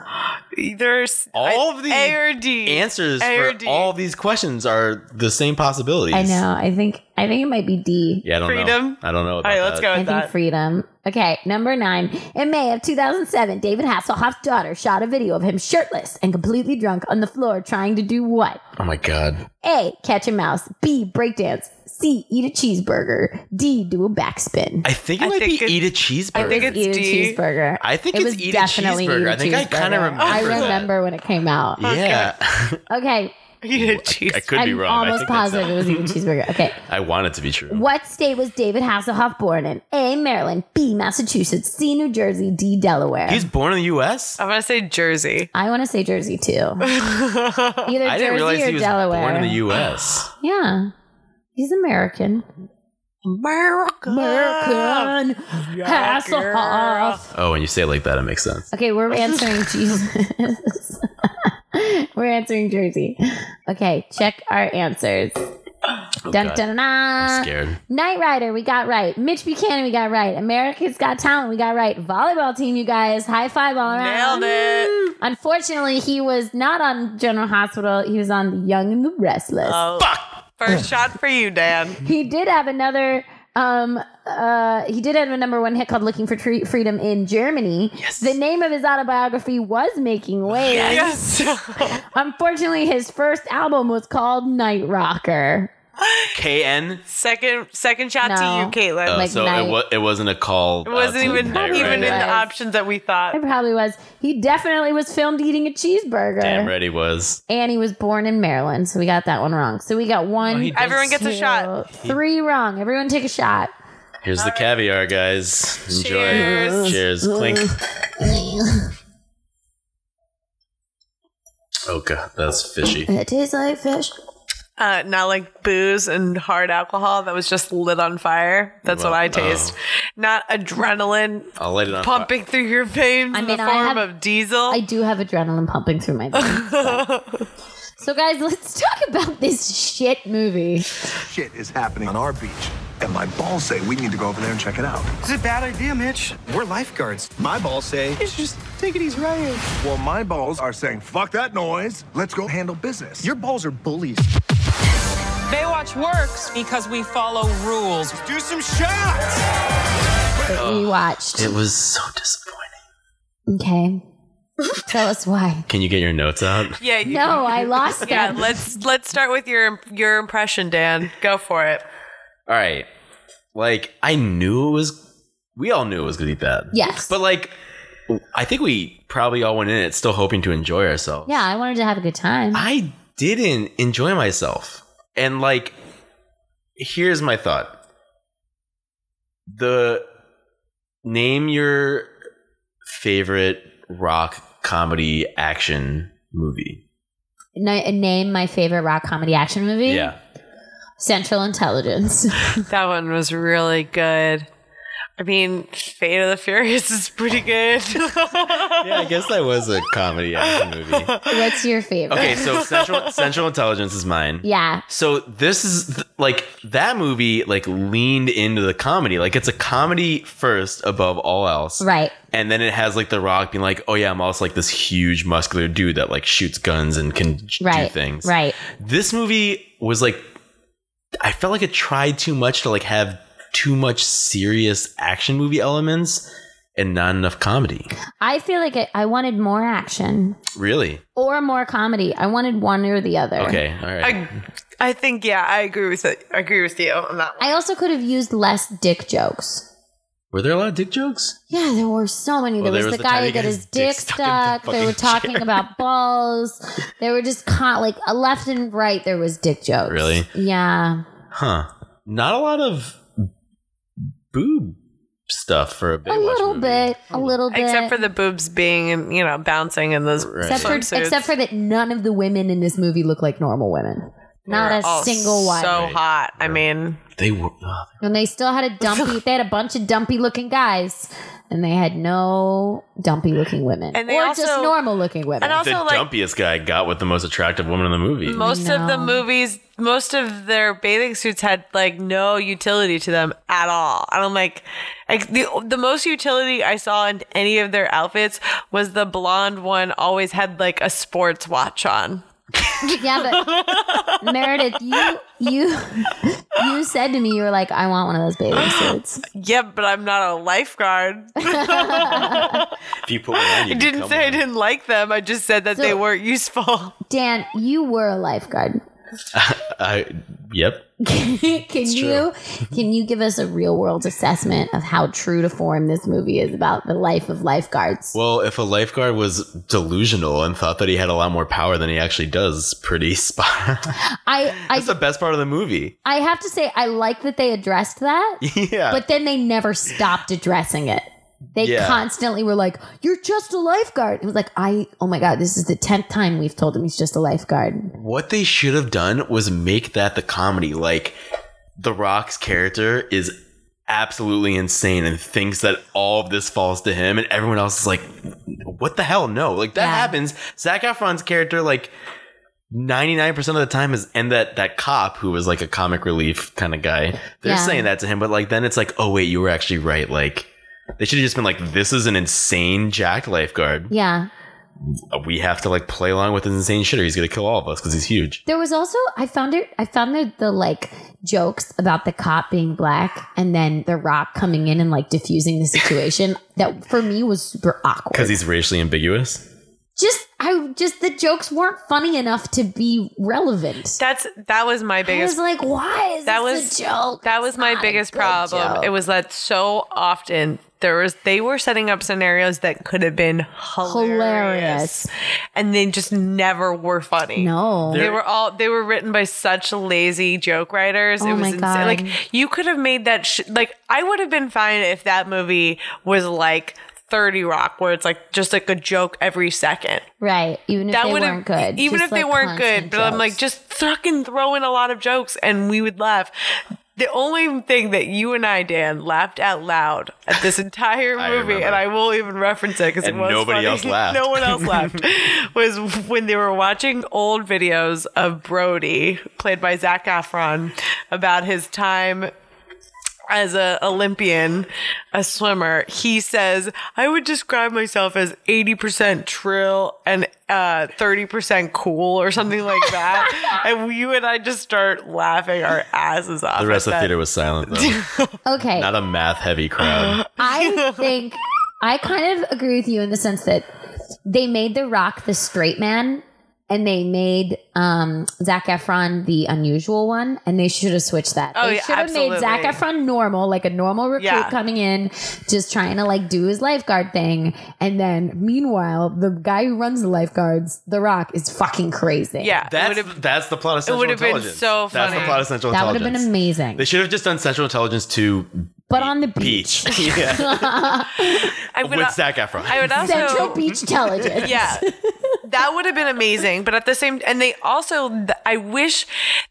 There's All of the A or D. Answers A or for D. all these questions are the same possibilities. I know. I think I think it might be D. Yeah, I don't Freedom. know. I don't know. All About right, let's that. go I with think that. freedom. Okay, number nine. In May of 2007, David Hasselhoff's daughter shot a video of him shirtless and completely drunk on the floor trying to do what? Oh my god. A. Catch a mouse. B. Breakdance. C. Eat a cheeseburger. D. Do a backspin. I think it I might think be it- eat a cheeseburger. I think it's eat a D. cheeseburger. I think it it's was eat a definitely cheeseburger. Eat a I think I kinda Cheeseburger. remember I that. remember when it came out. yeah. <laughs> Okay, <laughs> You did cheese. I could be I'm wrong. I almost think that's positive it was eat a cheeseburger. Okay. I want it to be true. What state was David Hasselhoff born in? A. Maryland. B. Massachusetts. C. New Jersey. D. Delaware. He was born in the U.S. I'm gonna say Jersey. I want to say Jersey too. Either I Jersey didn't realize or he was Delaware. born in the U.S. yeah. He's American. America. American Hasselhoff. Oh, when you say it like that, it makes sense. Okay, we're answering Jesus. <laughs> we're answering Jersey. Okay, check our answers. dun, Oh, God. dun, dun, dun. I'm scared. Knight Rider, we got right. Mitch Buchanan, we got right. America's Got Talent, we got right. Volleyball team, you guys. High five all around. Nailed it. Unfortunately, he was not on General Hospital. He was on The Young and the Restless. Oh. First shot for you, <laughs> Dan. <laughs> He did have another. Um, uh, he did have a number one hit called "Looking for Tre- Freedom" in Germany. Yes. The name of his autobiography was "Making Waves." Yes. Unfortunately, his first album was called "Night Rocker." K.N. second second shot No. to you, Caitlin. Oh, Like so night. it, wa- it wasn't a call. Uh, it wasn't even Night even in Rider. Right. the options that we thought. It probably was. He definitely was filmed eating a cheeseburger. Damn right he was. and he was born in Maryland, so we got that one wrong. So we got one. he- Everyone gets a two, shot. Three wrong. Everyone take a shot. Here's the caviar, guys. Enjoy. Cheers. Cheers. Clink. Oh god, that's fishy. It tastes like fish. Uh, not like booze and hard alcohol that was just lit on fire. That's what Well, I taste. oh. Not adrenaline I'll light it on. fire. pumping through your veins I in mean, the I have- form of diesel. I do have adrenaline pumping through my veins. <laughs> but- so, guys, let's talk about this shit movie. shit is happening on our beach. And my balls say we need to go over there and check it out. It's a bad idea, Mitch. We're lifeguards. My balls say, just take it easy, Ryan. Well, my balls are saying, fuck that noise. Let's go handle business. Your balls are bullies. Baywatch works because we follow rules. Do some shots. that we watched. It was so disappointing. Okay. Tell us why. Can you get your notes out? yeah, you- No, I lost that. yeah. Let's let's start with your your impression, Dan. Go for it. All right. Like I knew it was. We all knew it was gonna be bad. Yes. But like, I think we probably all went in it still hoping to enjoy ourselves. Yeah, I wanted to have a good time. I didn't enjoy myself. And like here's my thought. The name your favorite rock comedy action movie. N- name my favorite rock comedy action movie. Yeah. Central Intelligence. <laughs> that one was really good. I mean, Fate of the Furious is pretty good. <laughs> Yeah, I guess that was a comedy action movie. What's your favorite? Okay, so Central Central Intelligence is mine. Yeah. So this is th- like that movie like leaned into the comedy. Like it's a comedy first above all else. Right. And then it has like The Rock being like, "Oh yeah, I'm also like this huge muscular dude that like shoots guns and can j- Right. do things." Right. This movie was like I felt like it tried too much to like have too much serious action movie elements and not enough comedy. I feel like I, I wanted more action Really? or more comedy. I wanted one or the other. Okay, all right. I, I think yeah, I agree with it. I agree with you on that. I also could have used less dick jokes. Were there a lot of dick jokes? Yeah, there were so many. Well, there, there was, was the the time guy he who got got his his dick dick stuck. stuck in the they were fucking talking chair. <laughs> about balls. They were just caught like a left and right. There was dick jokes. Really? Yeah. Huh. Not a lot of boob stuff for a bit. A little bit. A little bit. Except for the boobs being, you know, bouncing in those except for, swimsuits. except for that none of the women in this movie look like normal women. Not They a were all single one. So hot. I mean, They were. oh, and they still had a dumpy. they had a bunch of dumpy looking guys, and they had no dumpy looking women, And they or also- just normal looking women. And also, the like- dumpiest guy got with the most attractive woman in the movie. most of the movies, most of their bathing suits had like no utility to them at all. And I'm like, like the the most utility I saw in any of their outfits was the blonde one always had like a sports watch on. <laughs> yeah, but Meredith, you you you said to me you were like, I want one of those <gasps> bathing suits. Yeah, but I'm not a lifeguard. if you put one on, I you didn't become say I didn't like them. I just said that they So- weren't useful. Dan, you were a lifeguard. <laughs> one. I, yep. can you <laughs> can you give us a real world assessment of how true to form this movie is about the life of lifeguards? Well, if a lifeguard was delusional and thought that he had a lot more power than he actually does, pretty <laughs> spot. I That's the I best part of the movie. <laughs> I have to say I like that they addressed that, Yeah. but then they never stopped addressing it. They Uh, Yeah. constantly were like, "You're just a lifeguard." It was like, "I oh my god, this is the tenth time we've told him he's just a lifeguard." What they should have done was make that the comedy. Like, The Rock's character is absolutely insane and thinks that all of this falls to him, and everyone else is like, what the hell? No. Like, that happens. Zach Efron's character, like, 99% of the time is and that that cop who was like a comic relief kind of guy they're Yeah. saying that to him but like then it's like oh wait you were actually right like they should have just been like this is an insane jacked lifeguard Yeah. we have to like play along with his insane shit or he's gonna kill all of us because he's huge There was also I found it I found the, the like jokes about the cop being black and then the rock coming in and like diffusing the situation that for me was super awkward. Because he's racially ambiguous. Just I just the jokes weren't funny enough to be relevant. That's that was my biggest. like, why is that this was a joke? That was my biggest problem. joke. It was that so often there was they were setting up scenarios that could have been hilarious, Hilarious. and they just never were funny. No. they There- were all they were written by such lazy joke writers. Oh it was my insane. God. Like you could have made that. Sh- like I would have been fine if that movie was like. 30 Rock, where it's like just like a joke every second. Right. Even if that they would've- weren't good. Even Just, if they like, weren't good, constant but I'm like, jokes. just fucking throw in a lot of jokes and we would laugh. The only thing that you and I, Dan, laughed out loud at this entire <laughs> I movie, remember. and I won't even reference it because it And was nobody funny. else <laughs> laughed. no one else <laughs> laughed. Was when they were watching old videos of Brody, played by Zach Efron, about his time as a Olympian, a swimmer, he says, I would describe myself as 80% trill and uh, 30% cool or something like that. and you and I just start laughing our asses off. The rest at of that. the theater was <laughs> silent, though. okay. Not a math <gasps> heavy crowd. I think I kind of agree with you in the sense that they made The Rock the straight man and they made um, Zach Efron the unusual one, and they should have switched that. Oh, they yeah, should have made Zach absolutely. Efron normal, like a normal recruit Yeah. coming in, just trying to like do his lifeguard thing. And then meanwhile, the guy who runs the lifeguards, The Rock, is fucking crazy. Yeah, that's that's the plot of Central would've been Intelligence. so That's funny. the plot of Central That would have Intelligence. been amazing. They should have just done Central Intelligence to But on the Beach. <laughs> yeah. <laughs> I would With al- Zac Efron. I would also Central Beach Intelligence. Yeah, that would have been amazing. But at the same, and they also, th- I wish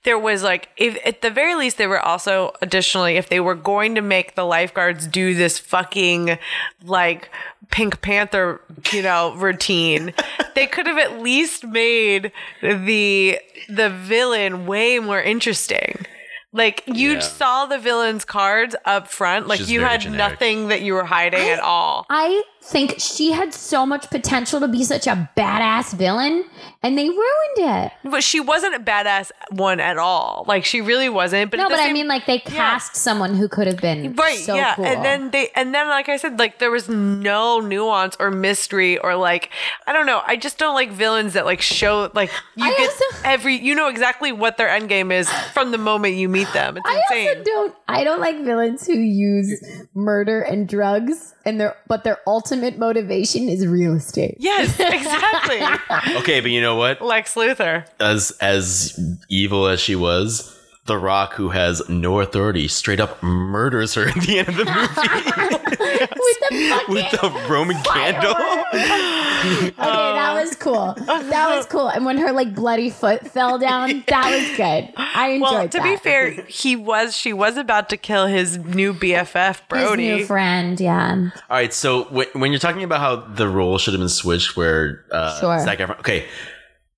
there was like, if at the very least, they were also additionally, if they were going to make the lifeguards do this fucking like Pink Panther, you know, routine, they could have at least made the the villain way more interesting. Like you Yeah. saw the villain's cards up front, like She's you very had generic. nothing that you were hiding at all. I think she had so much potential to be such a badass villain, and they ruined it. But she wasn't a badass one at all. Like she really wasn't. But no, at the but I same- mean, like they cast someone who could have been right, so yeah. cool. And then they, and then like I said, like there was no nuance or mystery or like I don't know. I just don't like villains that like show like you get every you know exactly what their end game is from the moment you meet them. It's I insane. also don't. I don't like villains who use murder and drugs, and their but their ultimate motivation is real estate. <laughs> Yes, exactly. Okay, but you know what? Lex Luthor. As as evil as she was, The Rock, who has no authority, straight up murders her at the end <laughs> of the movie With the fucking with the <laughs> Roman candle. Um, okay, that was cool. That was cool. And when her like bloody foot fell down, <laughs> that was good. I enjoyed Well, to that. be fair, he was she was about to kill his new BFF Brody. his new friend, yeah. All right, so when, when you're talking about how the role should have been switched, where uh, Sure. Zac Efron, okay,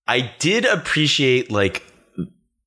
I did appreciate like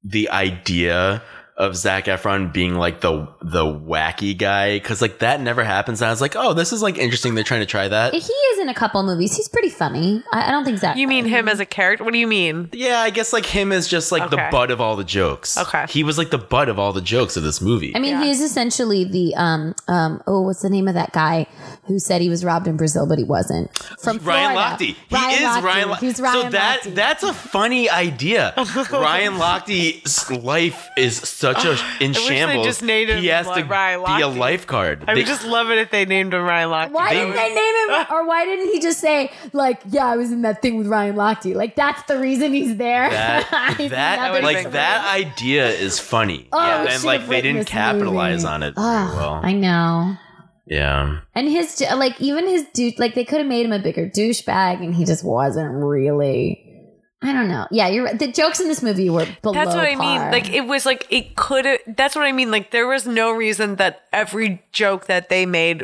the idea of Zac Efron being like the the wacky guy because like that never happens. And I was like, oh, this is like interesting. They're trying to try that. He is in a couple movies. He's pretty funny. I, I don't think Zach. You mean him as a character? What do you mean? Yeah, I guess like him is just like the butt of all the jokes. Okay. he was like the butt of all the jokes of this movie. I mean, he is essentially the um um oh, what's the name of that guy who said he was robbed in Brazil but he wasn't from Ryan Florida. Lochte. He Ryan is Lochte. Ryan Lochte. He's Ryan so that that's a funny idea. Ryan Lochte's life is such a in I wish they shambles. just named him he has to Li- Ryan be a Lochte. lifeguard. I They- would just love it if they named him Ryan Lochte. Why didn't they name him, or why didn't he just say like, "Yeah, I was in that thing with Ryan Lochte"? Like that's the reason he's there. <laughs> that, He's that another like reason. that idea is funny. Oh, we and should like have they written didn't this capitalize on it very Ugh, well. Ah, I know. yeah. And his like even his dude like they could have made him a bigger douchebag, and he just wasn't really. I don't know. Yeah, you're right. The jokes in this movie were below. That's what I mean. par. Like it was like it could have that's what I mean. Like there was no reason that every joke that they made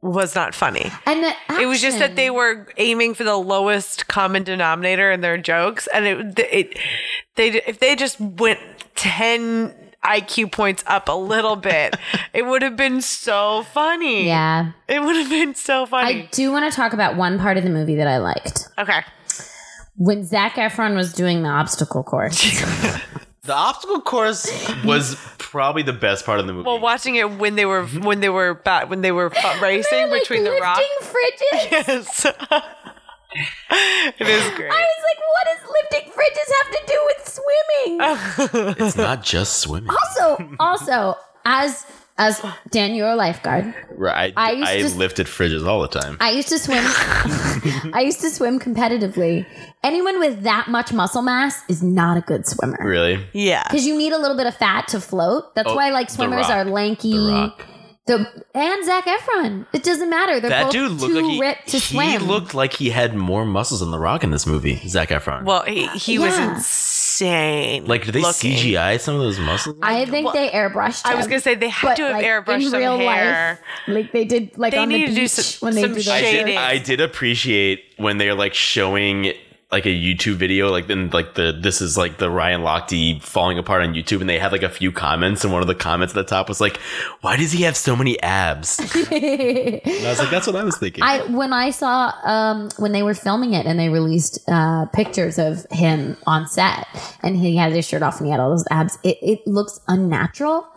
was not funny. And the It was just that they were aiming for the lowest common denominator in their jokes and it, it they if they just went 10 IQ points up a <laughs> little bit, it would have been so funny. Yeah. It would have been so I funny. do want to talk about one part of the movie that I liked okay. when Zach Efron was doing the obstacle <laughs> course. The obstacle course was probably the best part of the movie. Well, watching it when they were Mm-hmm. when they were bat when they were <laughs> fu- racing between the rocks. fridges. <laughs> <laughs> Yes. it is great. I was like, what does lifting fridges have to do with swimming? it's not just swimming. also, also as as Dan, you're a lifeguard. Right. I I, used I to- lifted fridges all the time. I used to <laughs> swim. I used to swim competitively. Anyone with that much muscle mass is not a good swimmer. Really? Yeah. Because you need a little bit of fat to float. That's Oh, why like The swimmers Rock. are lanky. The Rock. The- and Zach Efron. It doesn't matter. They're that both dude looked too like he, ripped to he swim. looked like he had more muscles than The Rock in this movie, Zach Efron. Well, he, he was Yeah. insane. like, did they looking. CGI some of those muscles? I think they airbrushed. I was him. gonna say they had But, to have like, airbrushed in some real hair. Life, like they did, like They on the need to beach do some- when they some do I the did, shirts. I did appreciate when they were like showing like a YouTube video, like then like the this is like the Ryan Lochte falling apart on YouTube, and they had like a few comments, and one of the comments at the top was like, "Why does he have so many <laughs> abs?" And I was like, "That's what I was <laughs> thinking." I when I saw um, when they were filming it and they released uh, pictures of him on set and he had his shirt off and he had all those abs. It, it looks unnatural.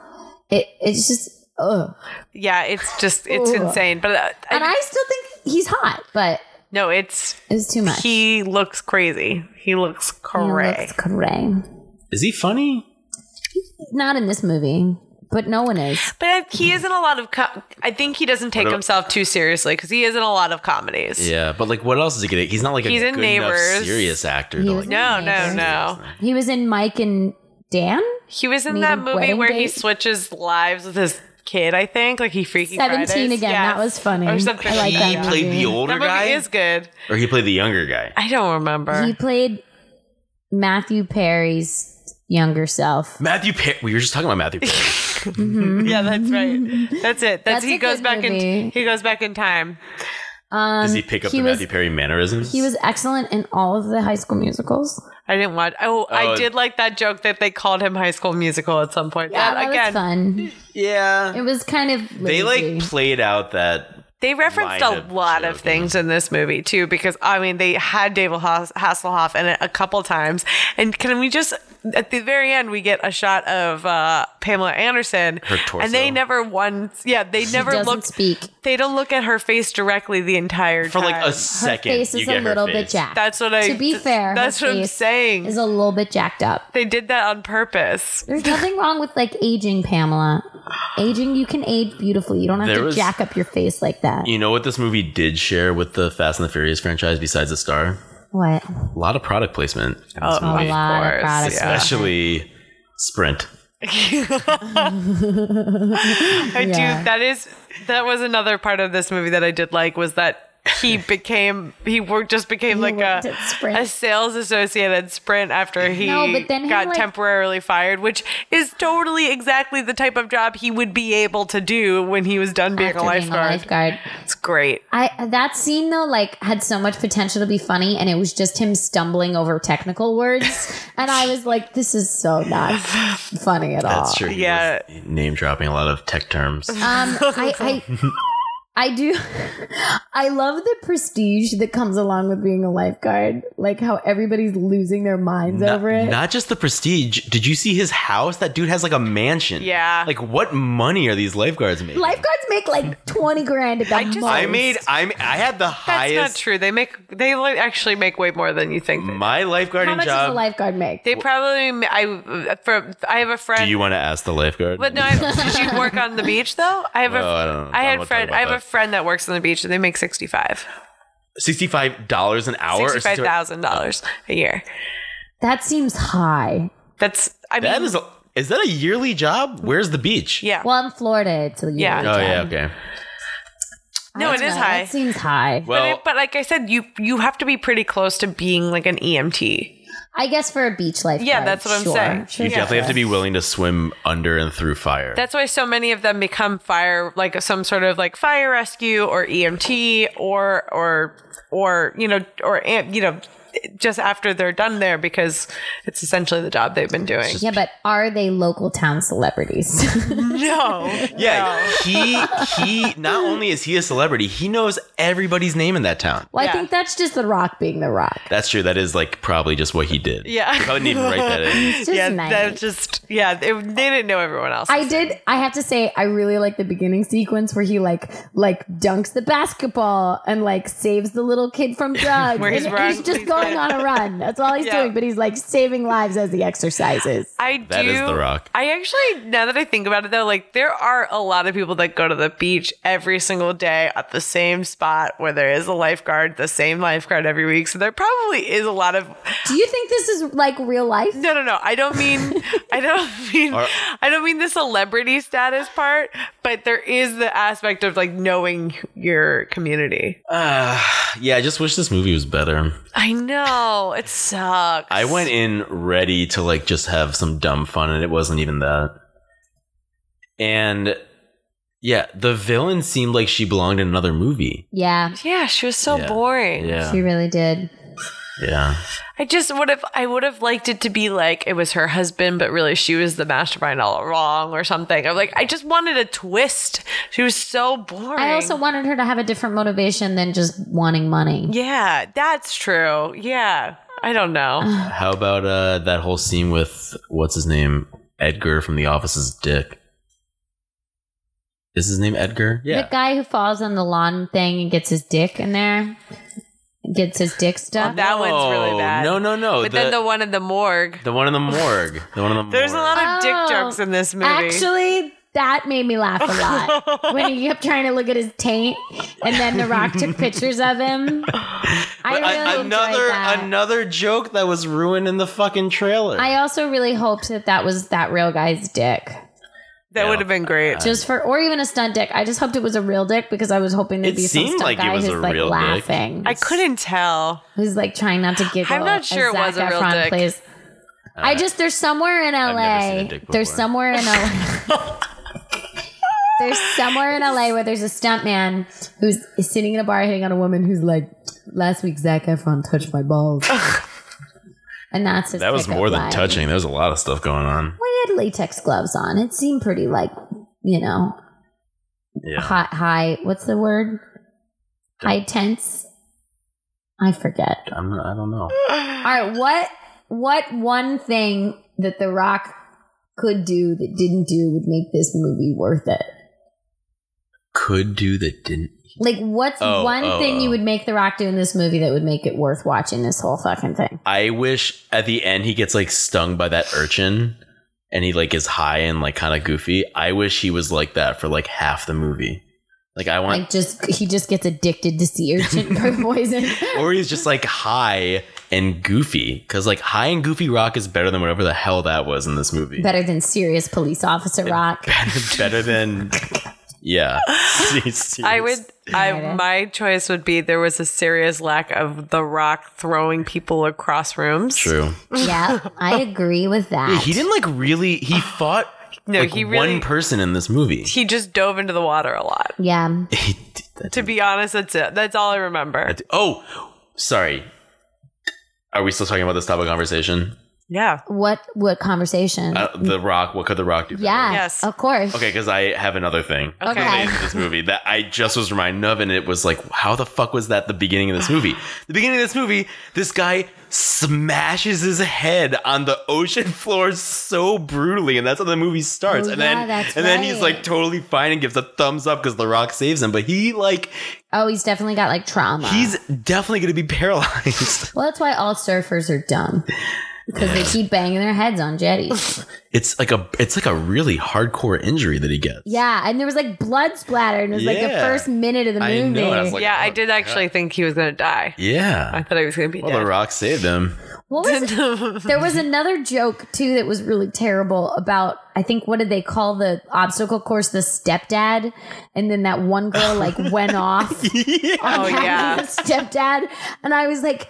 It it's just ugh. Yeah, it's just it's Ooh. insane. But uh, And I still think he's hot, but No, it's it's too much. He looks crazy. He looks cray. looks cray. Is he funny? Not in this movie, but no one is. But he is in a lot of. Com- I think he doesn't take What a- himself too seriously because he is in a lot of comedies. Yeah, but like, what else is he gonna? He's not like a He's in good enough Neighbors. serious actor. He To, was like, in No, no, no. He was in Mike and Dan. He was in Meet that a movie wedding where he date? switches lives with his kid. I think like he freaking Seventeen Fridays. again. Yeah. That was funny. Or something I like He that. played the older that movie guy? Is good. or he played the younger guy. I don't remember. He played Matthew Perry's younger self. Matthew Perry. We were just talking about Matthew Perry. <laughs> <laughs> yeah, that's right. That's it. That's, That's he a goes good back movie. in. He goes back in time. Um, Does he pick up the was, Matthew Perry mannerisms? He was excellent in all of the High School Musicals. I didn't watch. Oh, I Oh. did like that joke that they called him High School Musical at some point. Yeah, That, that again, was fun. Yeah, it was kind of they like played out that They referenced line a of lot of things in this movie too, because I mean they had David Hass- Hasselhoff in it a couple times, and can we just at the very end we get a shot of uh, Pamela Anderson, Her and they torso. never once, yeah, they never doesn't look speak. They don't look at her face directly the entire for time. like a second. Uh, face is you a get her little bit face. jacked. That's what I. to be th- fair, that's her what I'm face saying. Is a little bit jacked up. They did that on purpose. <laughs> There's nothing wrong with like aging, Pamela. Aging, you can age beautifully. You don't have There to was- jack up your face like that. You know what this movie did share with the Fast and the Furious franchise besides the star? What? A lot of product placement. in Oh, this a movie. lot of product yeah. especially Sprint. I Yeah. do. That is that was another part of this movie that I did like was that <laughs> he became he worked just became like a at Sprint. a sales associate at Sprint after he No, but then him, got like- temporarily fired, which is totally exactly the type of job he would be able to do when he was done being After a being a lifeguard. lifeguard. It's great. I that scene though like had so much potential to be funny and it was just him stumbling over technical <laughs> words and I was like this is so not funny at all. That's true. He Yeah. was Name dropping a lot of tech terms. <laughs> Um I I I do <laughs> I love the prestige that comes along with being a lifeguard. Like how everybody's losing their minds Not, over it. not just the prestige. Did you see his house? That dude has like a mansion. Yeah. Like what money are these lifeguards making? Lifeguards make like 20 grand at the just- most. I made I'm I had the That's not highest true. They make they like, actually make way more than you think. They, my How lifeguarding much does a job. lifeguard make? they probably ma- I for I have a friend do you want to ask the lifeguard? <laughs> But no, <laughs> I, did you work on the beach though? I have Well, a, I don't know. I I'm had not friend. talking about I have a that. friend that works on the beach. and They make sixty five. Sixty-five dollars an hour. or Sixty five thousand dollars a year. That seems high. That's I mean That is a, is that a yearly job? Where's the beach? yeah. Well, in Florida, it's a Yeah. yearly Oh job. yeah. Okay. no, it That's is right. high. That seems high. but, Well, it- but like I said, you you have to be pretty close to being like an E EMT. I guess for a beach life. Yeah, that's what I'm sure. saying. Sure, you sure, definitely have sure. to be willing to swim under and through fire. That's why so many of them become fire like some sort of like fire rescue or EMT or or or you know or am- you know just after they're done there because it's essentially the job they've been doing. Yeah, but are they local town celebrities? <laughs> No. Yeah, he he. Not only is he a celebrity, he knows everybody's name in that town. well, I Yeah. think that's just The Rock being The Rock. That's true. That is like probably just what he did. Yeah. I wouldn't even write <laughs> that in. It's just yeah, nice. that was just yeah. It, they didn't know everyone else. I did. I have to say, I really like the beginning sequence where he like like dunks the basketball and like saves the little kid <laughs> from drugs. Where he's and run- he's just he's going on a run. That's all he's Yeah. doing. But he's like saving lives as he <laughs> exercises. I That do. is The Rock. I actually, now that I think about it, though, like there are a lot of people that go to the beach every single day at the same spot where there is a lifeguard, the same lifeguard every week. So there probably is a lot of. Do you think this is like real life? No, no, no. I don't <laughs> mean. I don't mean. Are- I don't mean the celebrity status part, but there is the aspect of like knowing your community. Uh, yeah, I just wish this movie was better. I know it sucks. I went in ready to like just have some dumb fun, and it wasn't even that. And yeah, the villain seemed like she belonged in another movie. Yeah, Yeah, she was so Yeah. boring. she Yeah, really did. yeah. I just would have I would have liked it to be like it was her husband, but really she was the mastermind all along or something. I'm like, I just wanted a twist. She was so boring. I also wanted her to have a different motivation than just wanting money. Yeah, that's true. Yeah. I don't know. How about uh, that whole scene with what's his name, Edgar from The Office's dick? Is his name Edgar? The guy who falls on the lawn thing and gets his dick in there. gets his dick stuck. Oh, That one's really bad. No, no, Oh, no. But then the- the one in the morgue. The one in the morgue. The one in the <laughs> morgue. There's a lot of Oh, dick jokes in this movie. Actually, that made me <laughs> laugh a lot when he kept trying to look at his taint, and then The Rock took pictures of him. I But a- really another enjoyed that. another joke that was ruined in the fucking trailer. I also really hoped that that was that real guy's dick, that would have been great. just for or even a stunt dick. I just hoped it was a real dick because I was hoping to It be some seemed stunt like it guy was who's a like real dick. laughing. <laughs> I couldn't tell. Who's like trying not to giggle? I'm not as sure it Zac was a real Efron dick. plays. Uh, I just there's somewhere in LA. there's somewhere in LA. <laughs> there's somewhere in LA where there's a stuntman who's is sitting in a bar hitting on a woman who's like, last week Zach Efron touched my balls, <laughs> and that's his that was pickup more than line. touching. There was a lot of stuff going on. Well, he had latex gloves on. It seemed pretty like you know Yeah. hot high. What's the word? High tense. I forget. I'm, I don't All know. right, what what one thing that The Rock could do that didn't do would make this movie worth it? Could do that didn't. Like, what's Oh, one oh, thing you oh. would make The Rock do in this movie that would make it worth watching this whole fucking thing? I wish at the end he gets like stung by that urchin and he like is high and like kind of goofy. I wish he was like that for like half the movie. Like I want Like, just he just gets addicted to sea urchin <laughs> bird poison. or he's just like high and goofy cuz like high and goofy rock is better than whatever the hell that was in this movie. Better than serious police officer Rock. <laughs> better than yeah. Serious- <laughs> I would. I my choice would be there was a serious lack of The Rock throwing people across rooms. True. yeah, I agree with Yeah, that. he didn't like really he fought No, like, he really- one person in this movie. He just dove into the water a lot. Yeah. To be honest, that's it. That's all I remember. oh, sorry. Are we still talking about this topic of conversation? Yeah. What what conversation? Uh, the Rock. What could The Rock do? yeah. Yes. Of course. Okay, because I have another thing Okay. related to this movie that I just was reminded of, and it was like, how the fuck was that the beginning of this movie? The beginning of this movie, this guy smashes his head on the ocean <laughs> floor so brutally, and that's how the movie starts. Oh, and yeah, then, that's and then he's right. like totally fine and gives a thumbs up because The Rock saves him, but he like Oh, he's definitely got like trauma. he's definitely gonna be paralyzed. well, that's why all surfers are dumb because they keep banging their heads on <laughs> jetties. it's like a it's like a really hardcore injury that he gets. Yeah, and there was like blood splatter, and it was like the Yeah. first minute of the I know, movie. I was like, yeah, I did actually think he was gonna die. Yeah, I thought he was gonna be well, dead. The Rock saved him. What <laughs> <laughs> was there was another joke too that was really terrible about I think what did they call the obstacle course the stepdad, and then that one girl like went off on Oh, having a yeah. stepdad, and I was like.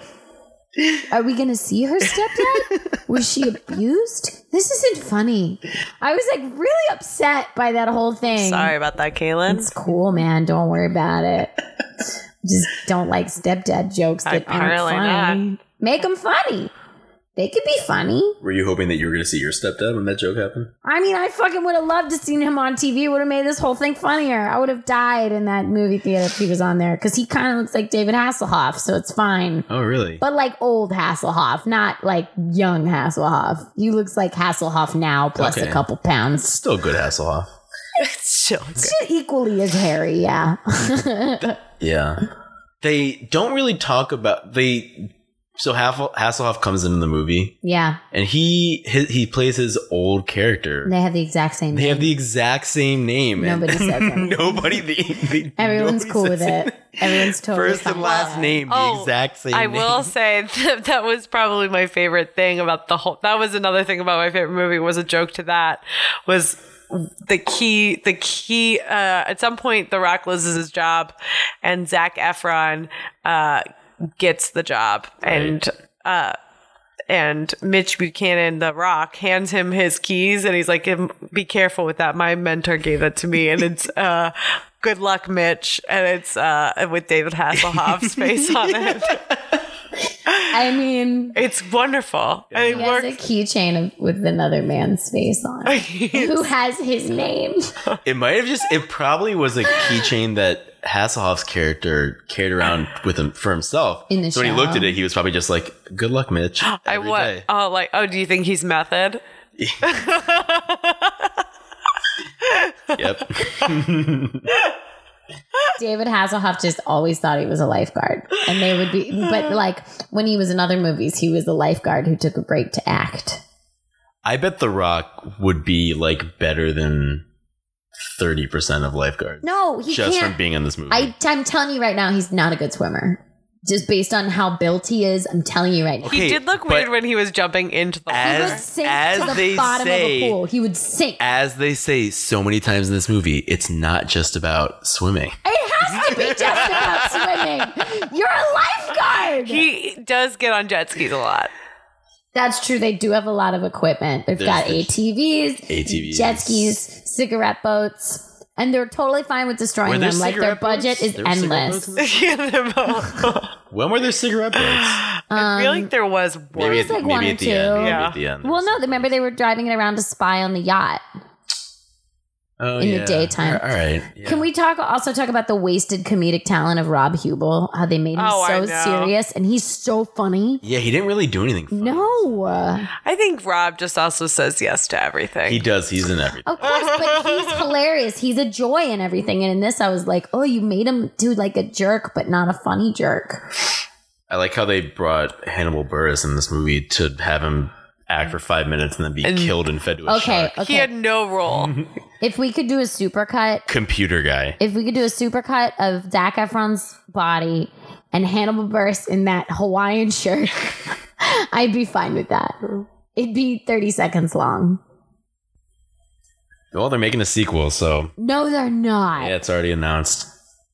Are we gonna see her stepdad? Was she abused? This isn't funny. I was like really upset by that whole thing. Sorry about that, Kaylin. It's cool, man. Don't worry about it. Just don't like stepdad jokes that Apparently aren't funny. Make them funny. They could be funny. Were you hoping that you were going to see your stepdad when that joke happened? I mean, I fucking would have loved to seen him on TV. It would have made this whole thing funnier. I would have died in that movie theater if he was on there because he kind of looks like David Hasselhoff, so it's fine. Oh, really? But like old Hasselhoff, not like young Hasselhoff. He looks like Hasselhoff now, plus Okay. a couple pounds. Still good Hasselhoff. Still Shit equally as hairy, yeah. Yeah. They don't really talk about they. So Hassel, Hasselhoff comes into the movie yeah. and he he, he plays his old character. They have the exact same They have the exact same name. and- Nobody <laughs> says anything. nobody. The, the, Everyone's nobody cool with says it. Everyone's totally First and last name, the Oh, exact same. I name. <laughs> will say <laughs> that, that was probably my favorite thing about the whole. That was another thing about my favorite movie was a joke to that was the key. The key. Uh, at some point, The Rock loses his job, and Zach Efron uh, gets the job, and. Uh, and Mitch Buchanan, The Rock, hands him his keys, and he's like, "Em- "Be careful with that. My mentor gave that to me, and it's uh, good luck, Mitch." And it's uh, with David Hasselhoff's face on it. I mean, <laughs> it's wonderful, and it He has a works. keychain of- with another man's face on <laughs> it, who has his name. It might have just. It probably was a keychain that Hasselhoff's character carried around with him for himself. In the so when he looked shower. at it, he was probably just like, "Good luck, Mitch." I every what? day." Oh, like oh, do you think he's method? Yep. David Hasselhoff just always thought he was a lifeguard, and they would be. But like when he was in other movies, he was the lifeguard who took a break to act. I bet The Rock would be like better than thirty percent of lifeguards. No, he just can't. from being in this movie. I, I'm telling you right now, he's not a good swimmer. Just based on how built he is, I'm telling you right now. he did look weird when he was jumping into the He as- would sink as to the they bottom of say- a pool. He would sink. As they say so many times in this movie, it's not just about swimming. It has to be just <laughs> about swimming. You're a lifeguard. He does get on jet skis a lot. <laughs> That's true. They do have a lot of equipment. They've There's got the- ATVs, ATVs. jet skis, cigarette boats, and they're totally fine with Were destroying there them. Like their cigarette budget is There were cigarette endless. When were there cigarette breaks? <laughs> I feel like there was one. Maybe Maybe, at- like maybe one or at two. the end, maybe Yeah. at the end there Um, Well, no, remember they were driving it around to spy on the yacht. Oh, In the daytime. All right. Can we talk also talk about the wasted comedic talent of Rob Hubel? How they made him Oh, I so know. serious, and he's so funny. Yeah, he didn't really do anything. No, I think Rob just also says yes to everything. He does. He's in Oh. everything. Of course, but <laughs> he's hilarious. He's a joy and everything. And in this, I was like, oh, you made him do like a jerk, but not a funny jerk. I like how they brought Hannibal Burris in this movie to have him act for five minutes and then be killed and fed to a Okay, shark. okay. He had no <laughs> <laughs> role. If we could do a supercut, Computer guy. if we could do a supercut of Zac Efron's body and Hannibal Buress in that Hawaiian shirt, <laughs> I'd be fine with that. It'd be 30 seconds long. Well, they're making a sequel, so No, they're not. yeah, it's <laughs> already announced.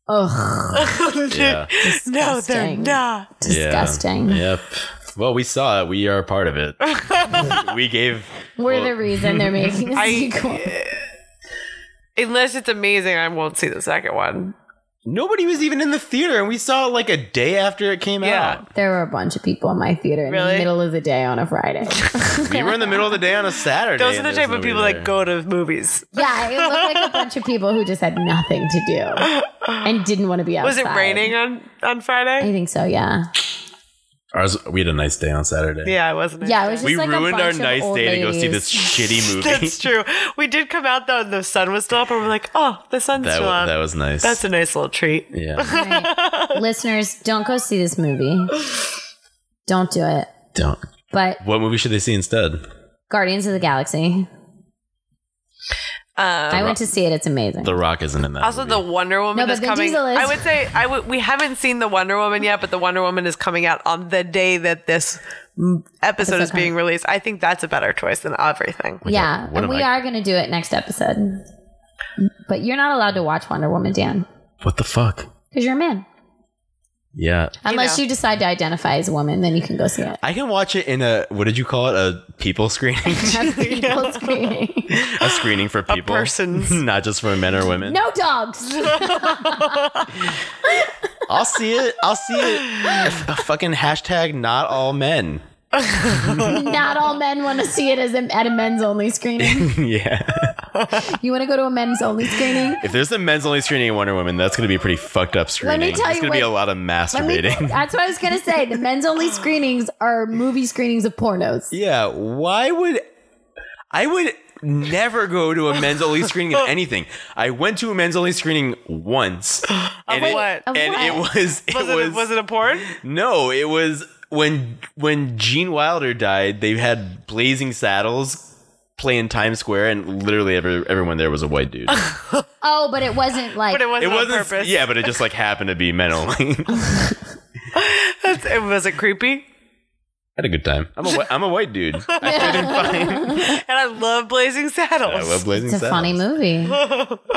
Ugh. no, Yeah. they're Disgusting. not. Disgusting. Yeah. Yep. Well, we saw it. We are a part of <laughs> it. we gave. We're the reason they're making a I- <laughs> sequel. Unless it's amazing, I won't see the second one. Nobody was even in the theater, and we saw it like a day after it came out. There were a bunch of people in my theater in the middle of the day on a <laughs> Friday. We were in the middle of the day on a Saturday. Those are and the there was type of nobody people there. that go to movies. Yeah, it looked like a bunch of people who just had nothing to <laughs> do and didn't want to be Was outside. it raining on on Friday? I think so. Yeah. Ours, we had a nice day on Saturday. Yeah, it wasn't. Yeah, it was just we like a ruined bunch our of nice old day to go see ladies. <laughs> this shitty movie. <laughs> <laughs> That's true. We did come out though, and the sun was still up, and we're like, "Oh, the sun's That still wa- up." that was nice. That's a nice little treat. Yeah. <laughs> Listeners, don't go see this movie. Don't do it. Don't. But What movie should they see instead? Guardians of the Galaxy. Um, I went to see it. It's amazing. The Rock isn't in that. Also, the Wonder Woman No, but is Vin coming. Diesel is. I would say I would. We haven't seen the Wonder Woman yet, but the Wonder Woman is coming out on the day that this m- episode is being released. I think that's a better choice than everything. yeah, and what am we I- are going to do it next episode. But you're not allowed to watch Wonder Woman, Dan, what the fuck? because you're a man. Yeah. Unless you decide to identify as a woman, then you can go see <laughs> it. I can watch it in a what did you call it? A <laughs> people screening, Have people screaming. a screening for people, persons. <laughs> not just for men or <laughs> women. No <laughs> dogs. I'll see it. I'll see <laughs> it. F- a fucking hashtag not all men. Not all men want to see it as a, at a men's only screening. <laughs> <laughs> yeah. You want to go to a men's only screening? If there's a men's only screening of Wonder Woman, that's gonna be a pretty fucked up Let screening. me tell There's you gonna what- be a lot of Let me- masturbating. that's what I was gonna say. The men's only screenings are movie screenings of pornos. Yeah, why would I would never go to a <laughs> men's only screening of anything. I went to a men's only screening once. and it, what? Of and it what? was it Was was, it- was it a porn? <laughs> No, it was when when Gene Wilder died, they had Blazing Saddles play in Times Square and literally every, everyone there was a white <laughs> dude. Oh, but it wasn't like. it wasn't Yeah, but it just like happened to be men only. <laughs> I That's, it wasn't creepy. had a good time. I'm a whi- I'm a white <laughs> dude. <laughs> and I love Blazing Saddles. I love Blazing It's a Saddles. funny movie.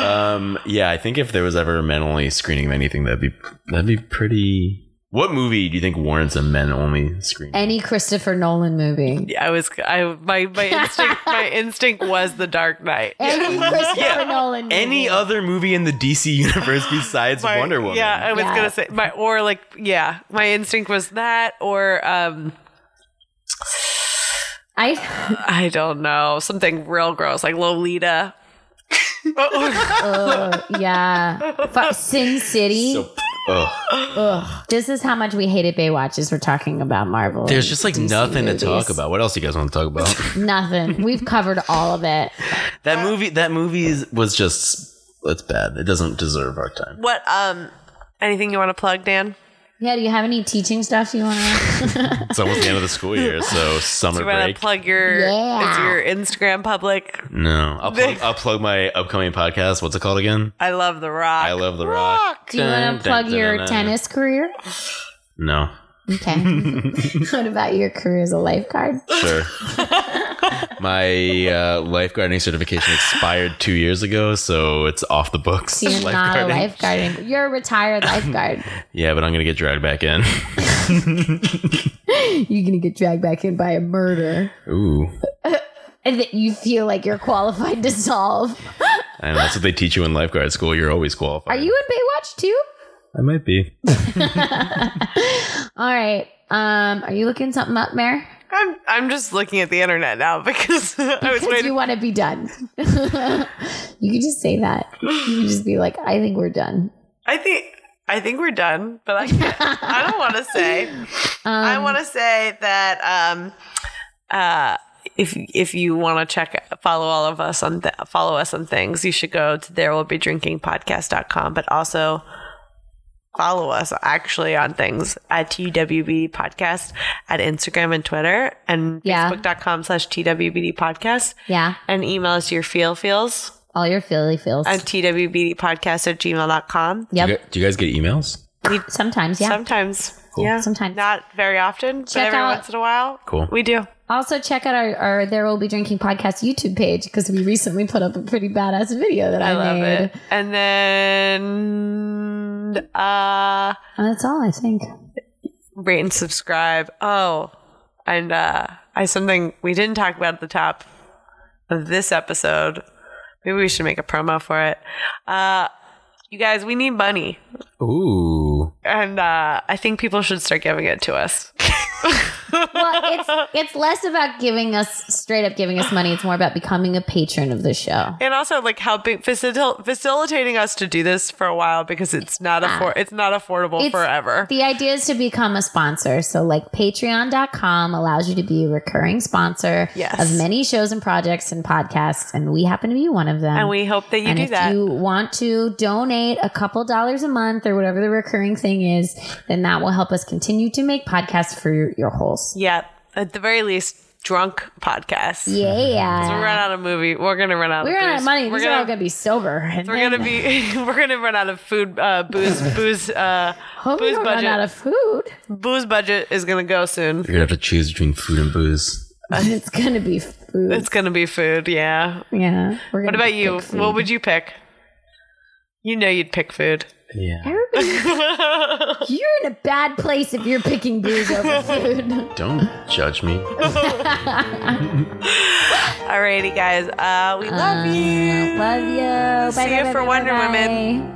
Um, yeah, I think if there was ever a men only screening of anything, that'd be that'd be pretty. What movie do you think warrants a men only screen? Any Christopher Nolan movie. Yeah, I was. I my my <laughs> instinct. my instinct was The Dark Knight. Any Christopher Nolan movie. Any other movie in <laughs> the DC universe besides My- Wonder Woman? Yeah, I was Yeah. gonna say my or like yeah, my instinct was that or um I I don't know something real gross like Lolita. Ugh, yeah. Fu- Sin City. Ugh. This is how much we hated Baywatch as we're talking about Marvel. There's and just like DC nothing movies. to talk about. What else you guys want to <laughs> talk about? Nothing. We've covered all of it. that movie. That movie is- was just that's bad. It doesn't deserve our time. What um anything you want to plug, Dan? Yeah, do you have any teaching stuff you want to? It's almost the end of the school <laughs> year, so Do summer you want break. to plug your Yeah. is your Instagram public? no, I'll plug, I'll plug my upcoming podcast. What's it called again? I love the rock. I love the rock. Do you want Dun, to plug dun, your dun, dun, dun. tennis career? No, <laughs> Okay. what about your career as a lifeguard? sure. my uh, lifeguarding certification expired two years ago, so it's off the books. So you're not a Lifeguarding. lifeguarding. You're a retired lifeguard. Yeah, but I'm gonna get dragged back in. <laughs> <laughs> you're gonna get dragged back in by a murder, Ooh, and that you feel like you're qualified to solve. I know that's what they teach you in lifeguard school. You're always qualified. Are you in Baywatch too? I might be. All right. Um, are you looking something up, Mare? I'm I'm just looking at the internet now <laughs> because I was Because waiting. you want to be done. <laughs> you could just say that. You could just be like, I think we're done. I think I think we're done, but I can't, I don't want to say. I want to say that um, uh, if if you want to check follow all of us on th- follow us on things, you should go to there will be drinking podcast.com, but also follow us actually on things at TWB podcast at Instagram and Twitter and Yeah. facebook.com slash TWBD podcast Yeah. and email us your feel feels All your Philly feels. at twbdpodcast at gmail.com. Yep. Do you, gu- do you guys get emails? sometimes, yeah. Sometimes. Yeah. Sometimes. Not very often, but Check every out- once in a while. Cool. We do. Also, check out our, our There Will Be Drinking podcast YouTube page because we recently put up a pretty badass video that I, I love made. it. And then uh And that's all I think. rate and subscribe. Oh. And uh I something we didn't talk about at the top of this episode. Maybe we should make a promo for it. Uh you guys, we need money. Ooh. And uh I think people should start giving it to us. well, <laughs> it's it's less about giving us straight up giving us money. It's more about becoming a patron of the show. and also like helping facil- facilitating us to do this for a while because it's not affor- it's not affordable It's- forever. The idea is to become a sponsor. So like patreon.com allows you to be a recurring sponsor Yes. of many shows and projects and podcasts and we happen to be one of them. and we hope that you and do if that. you want to donate a couple dollars a month or whatever the recurring thing is, then that will help us continue to make podcasts for your, your holes. yeah, at the very least, drunk podcast. Yeah. 'Cause We're run out of movie. We're gonna run out. We're of out booze. of money. We're These are all gonna. going to be sober. and we're gonna then- be. <laughs> we're gonna run out of food. Uh, <laughs> booze. Booze. Uh, Hope we booze don't budget. run out of food. <laughs> booze budget is gonna go soon. You're gonna have to choose between food and booze. it's gonna be food. It's gonna be food. Yeah. yeah. We're What gonna about pick you? food. What would you pick? You know you'd pick food. Yeah. <laughs> <laughs> Everybody- you're in a bad place if you're picking booze over food. Don't judge me. Alrighty, guys. Uh, we love you. Uh, Love you. Bye, See bye, you bye, for bye, Wonder bye, Woman. bye.